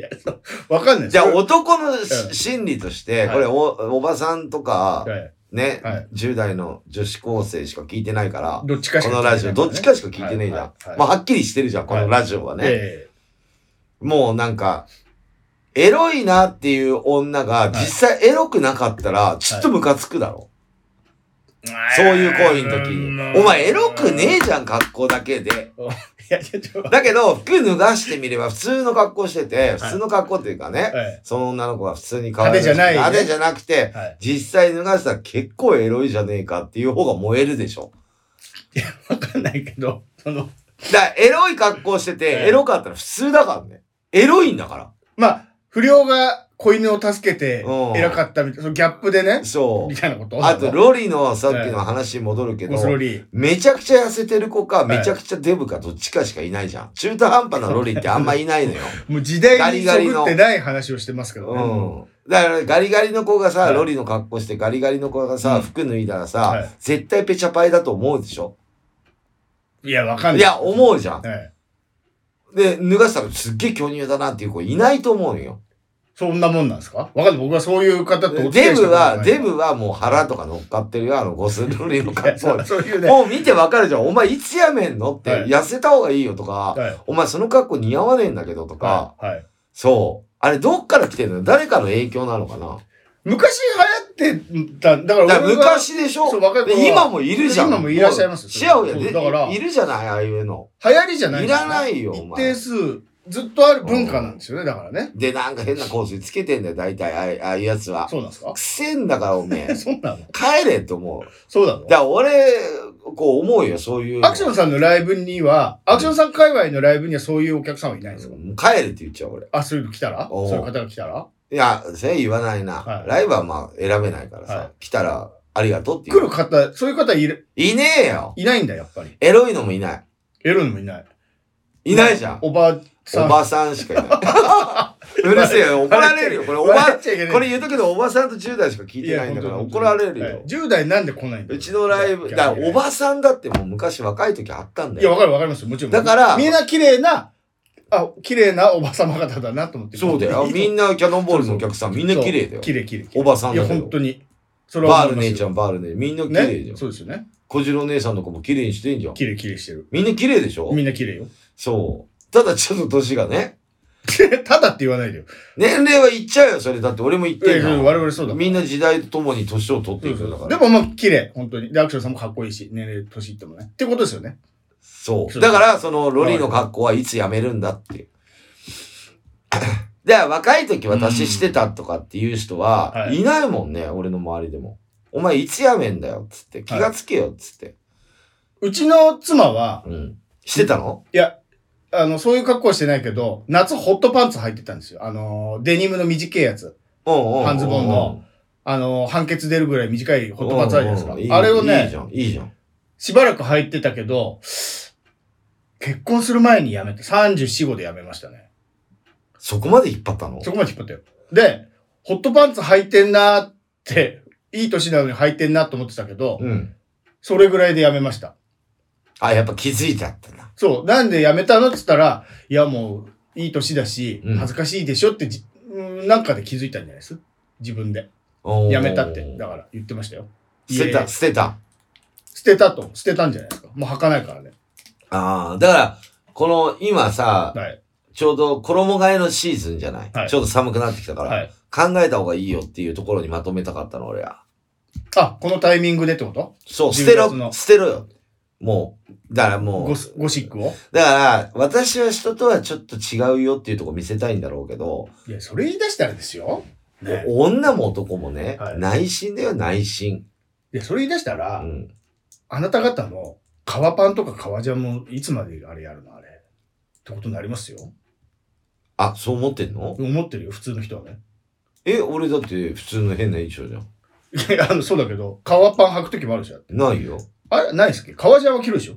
わかんない。
じゃあ
それ
男のし
うん
心理として、
はい
これおおばさんとか、
はい
ね、
はい
10代の女子高生しか聞いてないから、
どっちかし
こ
か聞いてない
のラジオどっちかしか聞いてないじゃん。
ははい
まあはっきりしてるじゃん、このラジオはね。
え
もうなんか、エロいなっていう女が実際エロくなかったら、ちょっとムカつくだろ。
え
そういう行為の時に。お前エロくねえじゃん、格好だけで。
え。いや、いや、ちょっと。
だけど、服脱がしてみれば普通の格好してて、普通の格好っていうかね、
はい。
その女の子が普通に可愛らし
派手じゃないね
派手じゃなくて、
はい。
実際脱がしたら結構エロいじゃねえかっていう方が燃えるでしょ。
わかんないけど、そ
だ
の、
からエロい格好してて、
ええ
エロかったら普通だからね。エロいんだか
まあ、不良が子犬を助けて
うん
偉かったみたいな、そのギャップでね
ら。、そ
み
う。
たいなこと
あと、
ロ
ロリのさっきの話に戻るけど
ゴ、スロリー。
めちゃくちゃ痩せてる子か、
い
めちゃくちゃデブか、どっちかしかいないじゃん。中途半端なロリってあんまいないの
(laughs)
よ。
もう時代に
ガリガリ
そ
の
ぐってない話をしてますけどね。
うん。だから、ガリガリの子が
は
さ、
い
ロリの格好して、ガリガリの子が
う
さ、
ん
服脱いだら
は
さ
い、
絶対ペチャパイだと思うでしょ
いや、わかんない。
いや、思うじゃん。
はい
で、脱がしたらすっげえ巨乳だなっていう子いないと思うよ。
そんなもんなんですかわかんない。僕はそういう方とお付き合
デブ
いしたことが
は、
ない
デブはもう腹とか乗っかってるよ、あのゴスロリの
いやそ
格
う
好。
そういうね。
もう見てわかるじゃん。お前いつやめんのって、
はい
痩せた方がいいよとか、
はい
お前その格好似合わねえんだけどとか、
はいはい。
そう。あれ、どっから来てんの誰かの影響なのかな
昔流行ってた、だから
だから
俺が
昔でしょ
そう若い頃は
で今もいるじゃん。
今もいらっしゃいますよ
しやおや
そう
で、
だから
いるじゃないああいうの。
流行りじゃない
い
んです
ら
ね
ないよ、お
一
前
定。数、ずっとある文化なんですよね、だからね。
で、なんか変な香水つけてんだよ、大体、ああいうああいうやつは。
そうなんですか。
くせえんだから、おめえ
(laughs) そうなの
帰れって思う。
そうなの
だから、俺、こう思うよ、そういう。
アクションさんのライブには、アクションさん界隈のライブにはそういうお客さんはいないんですか、
もう帰れって言っちゃう、俺。
あ、そういうの来たら
お
そうういう方が来たら
いや、それ言わないな。
はい
ライブはまあ、選べないからさ。
はい
来たら、ありがとうって
来
言
る
う。
方、そういう方いる
いねえよ。
いないんだ、やっぱり。
エロいのもいな
エロいのもいない。
い。いないじゃん。
おばあさん。
おばさんしかいない。
(laughs)
うるせえよ、怒られるよ。これ、おば、
笑っちゃいけない
これ言うとけど、おばさんと10代しか聞いてないんだから怒られるよ。
10代なんで来ないんだ
うちのライブ、だからお
さ
ばさんだってもう昔若い時あったん
ん。
だ
いや、わ
よ。
かるわかりますよ。もちろん。
だから
みんな綺麗な、あ、綺麗なおばさま方だなと思って。
そうだ
(laughs)
よ。みんなキャノンボールのお客さん、みんな綺麗だよ。
綺麗綺麗。
おばさん
いや、
だけ
本当
ど。
に。そ
バール姉
ゃ
ちゃん、バール姉、みんな綺麗じゃ
ね。
ん。
そうですよね。
小次郎姉さんの子も綺麗にしてんじゃん。
綺麗綺麗してる。
みんな綺麗でしょ
みんな綺麗よ。
そう。ただちょっと年がね。
ただって言わないでよ。
年齢はいっちゃうよ、それ。だって俺も言っ
いや
て
い
ん
や
だ
我々そうだもん。
みんな時代とともに年を取って
そ
いうく
そ
んだか
う
ら
で。もまあ綺麗、本当に。で、アクションさんもかっこいいし、年齢、年いってもね。ってことですよね。
そ
そう
う。だから、その、ロリの格好はいつやめるんだっていう。で、若い時私してたとかっていう人
うん
は
は、い
いないもんね、俺の周りでも。お前いつやめんだよ、つって。気がつけよ、つって。
うちの妻は、
うん。してたの
いや、あの、そういう格好はしてないけど、夏ホットパンツ履いてたんですよ。あの、デニムの短いやつ。
うんうんうんうん。
半ズボンのあの、判決出るぐらい短いホ
うん
ッ
うんうん。
トパンツあるじゃない
い
です
い
か。あれを
いいじ
ね、
ゃん、いいじゃん。
しばらく履いてたけど、結婚する前に辞めて、34、5で辞めましたね。
そこまで引っ張ったの
そこまで引っ張ったよ。で、ホットパンツ履いてんなーって、いい年なのに履いてんなと思ってたけど、
うん。
それぐらいで辞めました。
あ、やっぱ気づいちゃったな。
そう。なんで辞めたのっつったら、いやもう、いい年だし
う、ん
恥ずかしいでしょってじ、うんなんかで気づいたんじゃないです自分で。
おー
辞めたって。だから言ってましたよ。
捨て
いや
た、捨てた。
捨てたと。捨てたんじゃないですか。もう履かないからね。
ああ、だから、この、今さ、
はい。
ちょうど衣替えのシーズンじゃない、
はい
ちょうど寒くなってきたから、
はい。
考えた方がいいよっていうところにまとめたかったの、俺は。
あ、このタイミングでってこと
そう、
10
捨て
月の
ろ、捨てろよ。もう、だからも
ゴ
う、
スゴシックを
だから、私は人とはちょっと違うよっていうとこ見せたいんだろうけど、
いや、それ言い出したらですよ。ね。
女も男もね、
はい
内心だよ、内心。
いや、それ言い出した
う
ら、
ん。
あなた方の革パンとか革ジャンもいつまであれやるのあれ。ってことになりますよ。
あ、そう思ってんの
思ってるよ、普通の人はね。
え、俺だって普通の変な衣装じゃん。
いや、あの、そうだけど、革パン履くときもあるじゃん。
ないよ。
あれ、ないっすっけ革ジャンは着るでしょ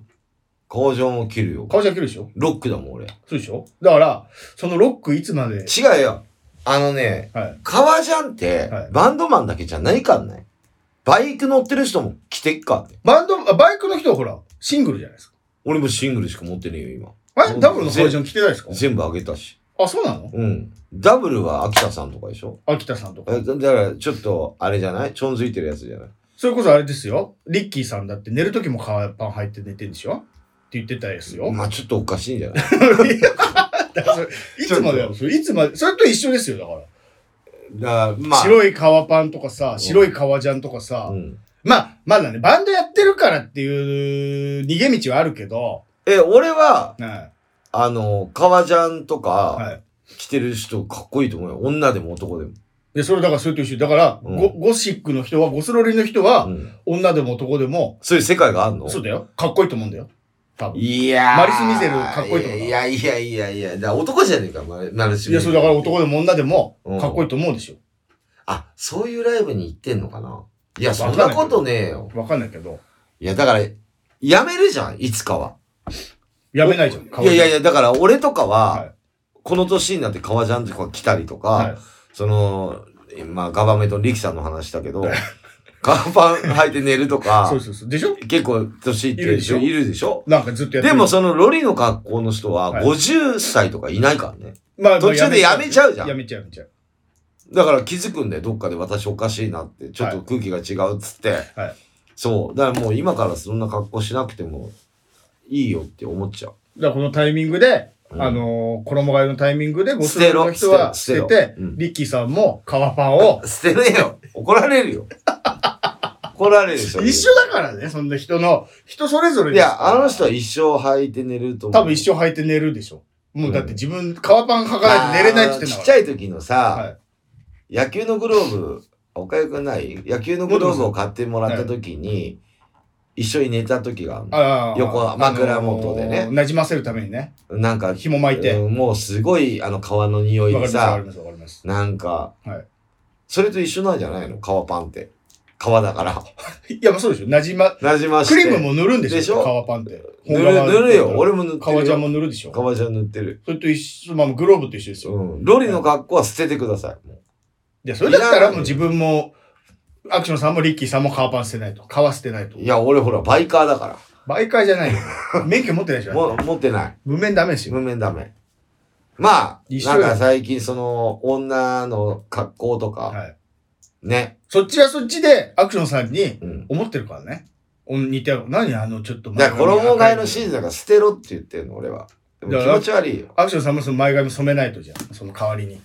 革ジャンを着るよ。
革ジャン着るでしょ
ロックだもん、俺。
そうでしょだから、そのロックいつまで、
違うよ。あのね、
はい。
革ジャンって
はい、
バンドマンだけじゃないかんない。バイク乗ってる人も着てっかって。
バンド、あバイクの人はほら、シングルじゃないですか。
俺もシングルしか持ってねえよ、
あれダブルのバージョン着てないですか
今。全部あげたし。
あ、そうなの
うん。ダブルは秋田さんとかでしょ
秋田さんとか。
えだだから、ちょっと、あれじゃないちょんづいてるやつじゃない
それこそあれですよ。リッキーさんだって寝るときも革パン履いて寝てんでしょって言ってたですよ。
まあちょっとおかしいんじゃない
(laughs) だ (laughs) からそれいつまでやろうそれいつまで、それと一緒ですよ、だから。
だからまあ。
白い革パンとかさ、白い革ジャンとかさ、
うん。
まあ、まだね、バンドやってるからっていう逃げ道はあるけど、
え、俺は、
は
あの、革ジャンと
い。は
か、
い。
着てる人かっこいいと思うよ。女でも男でも。
で、それだからそれと一緒。だから、
うん
ゴゴシックの人は、ゴスロリの人は、
うん
女でも男でも、
そういう世界があんの
そうだよ。かっこいいと思うんだよ。多分。い
いやー。
マリスミゼルかっこいいと思うない
やいやいやいや、だから男じゃねえか、マリマリスミゼル。
や、それだから男でも女でも、かっこい
いい。
いと思うでしょ。
あ、そういうライブに行ってんのかな。いや、そ
わ
ん
かん
な
ない
ことねえよ。
わかんないけど、
いや、だから、やめるじゃん、いつかは。
やめないじゃん。
いやいやい
や、
や、だから俺とかは、
はい
この年になって革ジャンとか着たりとか、
はい
その、まあ、ガバメントの力さんの話だけど、革パン履いて寝るとか
(laughs) そう、そうそう。でしょ
結構年いってる人
い
いるでしょ
なんかずっとやって
で
る
も、そのロリの格好の人は
はい
50歳とかいないからね。
まあ
途中でやめちゃうじゃん
やめちゃう、やめちゃう。
だから気づくんだよ、どっかで私おかしいなって、ちょっと空気が違うっつって。
はい
そう。だからもう今からそんな格好しなくてもいいよって思っちゃう。
だからこのタイミングで、
うん
あのー衣替えのタイミングでゴス
捨てろ
ロの人は
捨て
捨
ろ
てて
捨て、ろうん
リッキーさんも革パンを、
捨てねえよ怒られるよ怒られるでしょ。
一緒だからね、そんな人の、人それぞれ
い
です
や、あの人は一生履いて寝ると思う。
多分一生履いて寝るでしょ。もうだって
うん
自分、革パン履かないと寝れないって言って
あ
んだ
のちっ
か
ち
ら。
ゃい時の
は
さ
い、
野球のグローブ、おかゆくんない野球のグローブを買ってもらった時に、一緒に寝た時があるの
ああ
横枕元でね
あのー馴染ませるためにね、
なんか、
紐巻いて。
うんもうすごい、あの、皮の匂い
わか
で
ります、わか
さ
り、ます、わかります。
なんか
はい、
それと一緒なんじゃないの革パンって。革だから。
いや、まあそうでしょ。馴染ま、
なじまして。
クリームも塗るんでしょ
でしょ
革パンって。
塗る、塗るよ。俺
も。
も塗ってるよ。
革ジャンも塗るでしょ。
革ジャン塗ってる。
それと一緒、まあグローブと一緒ですよ。
うん。ロリの格好は捨ててください。もう
で、それだったらもう自分も、アクションさんもリッキーさんもカーパン捨てないと。革捨てないと
い。や、俺ほら、バイカーだか
媒介じゃ
(laughs)
ないよ。免許持ってないじゃ
ら。も
ん。
持ってない。
無免ダメですよ。
無面ダメ。まあ、
一
な
緒
ん
や
か最近その、女の格好とか、
はい。
ね。
そっちはそっちで、アクションさんに
うん。
思ってるからね。お似てる。何あの、ちょっと
だから衣替えのシー
ー
ズンだから捨てろって言ってるの、俺は。でも
だ
気
から
持ち悪いよ。
アクションさんもその前髪染めないとじゃん。その代わりに。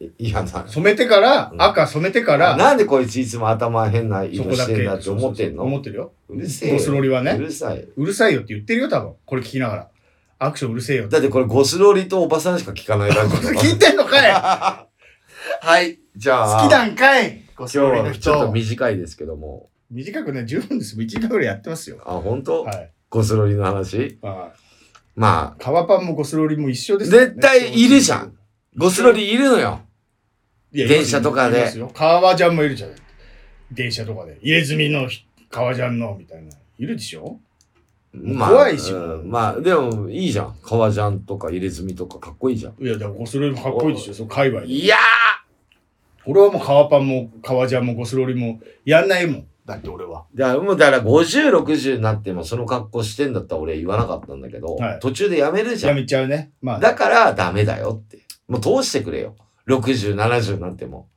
いいやな。
染めてから
う、ん
赤染めてから、
なんでこいついつも頭変な
そ
色
こだ
し
け。
てんだって思ってん
そうそうそう思
の
ってるよ。
うるせえ
ゴスロ
よ。
リは
う
ね。
るさい。
うるさいよって言ってるよ、多分。これ聞きながら。アクションうるせえよって。
だってこれゴスロリとおばさんしか (laughs) 聞かないラジオだから
聞いてんのかい
はい。じゃあ、
(laughs) 好きなんかいゴス
今
ロリ
日
の
はちょっと
人。
短いですけども。
短くね、十分です。1時間ぐらいやってますよ。
あ、本当、
はい。
ゴスロリの話
まあ、
まあ、
革パンもゴスロリも一緒です、
絶対いるじゃん。ゴスロリいるのよ。
いや
電車とかで
いますよ革ジャンもいるじゃん。電車とかで。入れ墨のひ革ジャンの、みたいな。いるでしょ怖いし
うんまあ、でもいいじゃん。革ジャンとか入れ墨とかかっこいいじゃん。
いや、でもゴスロリもかっこいいでしょ、その界隈で。
いや
俺はもう革パンも革ジャンもゴスロリもやんないもん。だって俺は。
ーだからもうだから50、60になってもその格好してんだったら俺言わなかったんだけど、
はい
途中でやめるじゃ
や
ん。
めちゃうね。まあ、
だからダメだよって。もう通してくれよ。60、70になっても。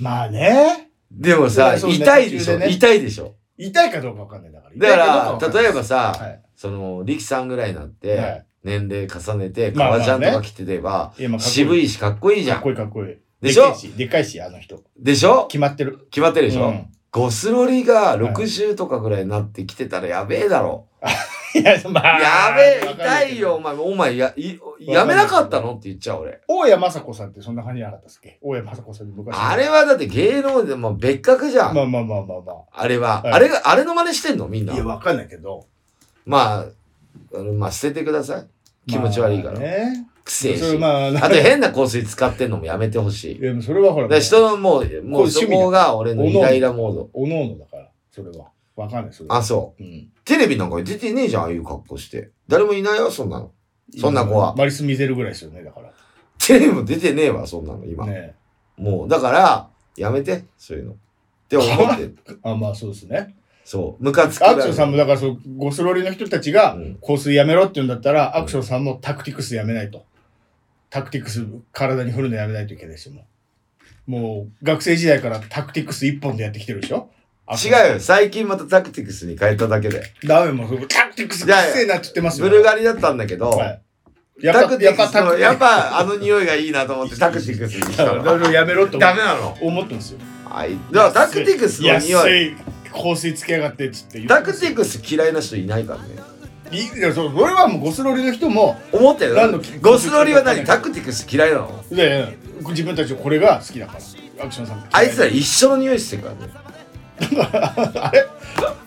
まあね。
でも
い
さ、
やそう
痛いでし
途
ょ
中でね
痛いでしょ
痛いかどうかわかんないだから。
だか
痛い
ら、
どう
例え
わ
ばさ、
かんないはい
その、力さんぐらいになって、
はい
年齢重ねて、
まあまあ
革
ね
ジャンとか着てれば、
いやまあかっこいい
渋いしかっこいいじゃ
か
ん
っ。こいいかっこいい。
でしょ
っかいし、でっかいし、あの人。
でしょ
決まってる。
決まってるでしょ、
うん
ゴスロリが
い
60とかぐらいになってきてたらやべえだろ。
(laughs) いや、まあ。
やべえ、
わかんな
痛
け
い
ど
よ、お前。お前や、い
わ
や
かんな
め
い
なかったのって言っちゃう俺。
大谷雅子さんってそんな感じじゃなかったっすっけ大谷雅子さんって昔の。
あれはだって芸能でも別格じゃん。
まあまあまあまあま
あれは、
はい
あれが、あれの真似してんのみん
あ。
な。
いや、わかんないけど。
まあ、あのまあ捨ててください。気持ち悪いから。
まあね。
く
そ
せえし。
れま (laughs) あ、
あと変な香水使ってんのもやめてほしい。
いや、それはほら、
だから人のもう、もう
趣
そ
味だ
こが俺のイライラモード。
おのおのだから、それは。わかんない、それは。
あ、そ
うん。
う。テレビなんか出てねえじゃん、ああいう格好して。誰もいないよ、そんなの。そんな子は
マリス・ミゼルぐらいですよね、だから。
テレビも出てねえわ、そんなの、今。
ね
もう、だから、やめて、そういうの。って思ってる。
あ、まあそうですね。
そう。ムカつく
アクションさんもだからそう、ゴスロリの人たちが
うん
香水やめろって言うんだったら、
うん
アクションさんもタクティクスやめないと。タクティクス体に振るのやめないといけないし、もう。もう学生時代からタクティクス一本でやってきてるでしょ
違うよ。最近またタクティクスに変えただけで。
う。ダメもうタクティクスくっせえなって言ってますよ。
ブルガリだったんだけど、
はいやっ
タク
ぱ、
テ
や
ィ
っ
ク
ぱ
ス
タク
の、
ティ
や
ク
っぱあの匂いがいいなと思ってタクティクスにし
ス。
た
だ
の。
からやめろって思
ダ
う
メなの。
思ったんですよ。
あいだからタクティクスの匂い。
い。香水つけやがってっつって言って
タクティクス嫌いな人いないからね。
いいやそうそれはもうゴスロリの人も
思ったよ
何の聞く
ゴスロリは何タクティクス嫌いなの
いやいや自分たちはこれが好きだからアクションさんが
あいつら一緒の匂いしてるからね。
(laughs) あれ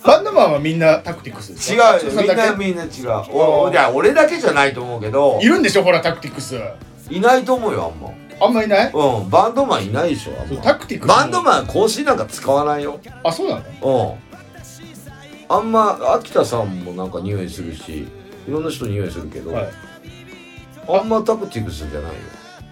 バンドマンはみんなタクティクスです
違
か
うよ。みんなみんな違う。お
あー
いや、俺だけじゃないと思うけど
い、るんでしょほらタクティクスあ
いないと思うよ、あんま。
んまいない
うん、バンドマンいないでしょ、あん
そう
ま。
タクティクス
バンド
ン
マンは更新なんか使わないよ。
あそうな
う
の
ん。あんま、秋田さんもなんか匂いするし、いろんな人匂いするけど、
はい
あんまタクティクスじゃないよ。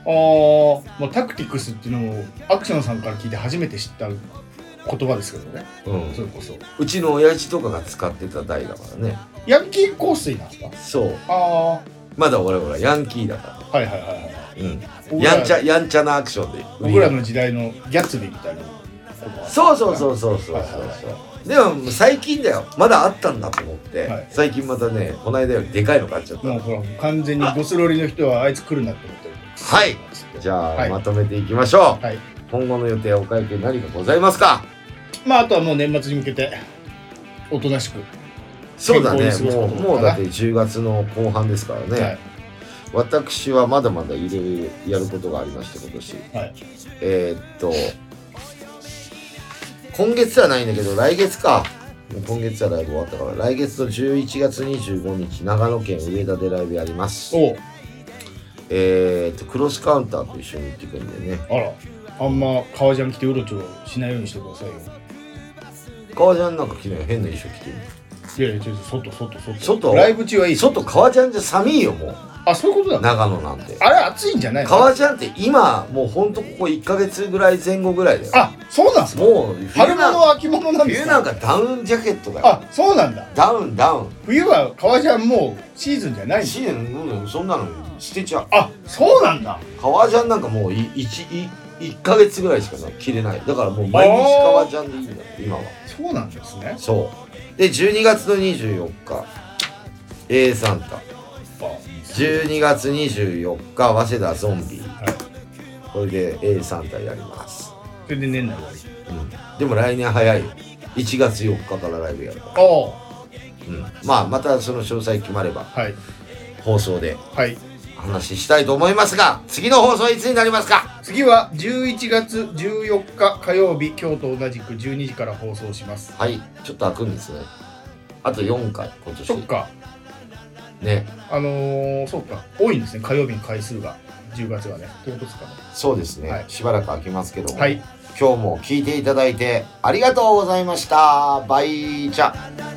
あーもうタクティクスっていうのをアクションさんから聞いて初めて知った言葉ですけどね
うん
それこそう
ちの親父とかが使ってた代だからね。
ヤンキー香水なんですか
そう。
ああは
まだ俺ほら、ヤンキーだか
いはいはいは
ら。うん。
い
やんちゃ、やんちゃなアクションで。
僕らの時代のギャッツビーみたいなことは
そうそうそうそうそうそうそう。でも最近だよ。まだあったんだと思って、
はい
最近またね、この間よりでかいの買っちゃった。
もうほら完全にゴスロリの人はあいつ来るなって思ってる
はいじゃあ、
はい
まとめていきましょう。
はい
今後の予定、お会計何かございますか
まああとはもう年末に向けておとなしく、
そうだね
健康に過
も
ご
う
すこと
もう
かな
だって10月の後半ですからね、
はい
私はまだまだいろいろやることがありまして今年
はい
えーっと今月はないんだけど来月かもう今月はライブ終わったから来月の11月25日長野県上田でライブやります
おう
えーっとクロスカウンターと一緒に行ってくんでね
あらあんま革ジャン着てうろちょろしないようにしてくださいよ
革ジャンなんか着ない変な衣装着てる
いやいやちょっと外外外
外
ライブ中はいい
外革ジャンじゃ寒いよも
あそういうこと
う
だ
長野なんて
あれ暑いんじゃないの
革ジャンって今もうほんとここ1ヶ月ぐらい前後ぐらいだよ
あそうなんすか
もう
春
冬な
物秋物なんです
冬なん
か
かダウンジャケットだよ
あそうなんだ
ダウンダウン
冬は革ジャンもうシーズンじゃないんだ
シーンうんそんなの捨てちゃう
あそうなんだ
革ジャンなんかもういいちい1ヶ月ぐらいしかな着れないだからもう毎日革ジャンでいいんだよ今は
そうなんですね
そうで12月の24日 A サンタ12月24日早稲田ゾンビ、
はい
これで A サンタやります、
それで年内終わり
うん、でも来年早いよ1月4日からライブやるから、
お
う
う
ん、まあまたその詳細決まれば
はい
放送で
はい
話したいと思いますが次の放送はいつになりますか
次は11月14日火曜日今日と同じく12時から放送します
はいちょっと開くんですねあと4回今
そっ
年
か
ね
あのー、そっか多いんですね火曜日の回数が10月はねということですかね
そうですね、
はい
しばらく開きますけども、
はい
今日も聞いていただいてありがとうございましたバイチャ
「あなたの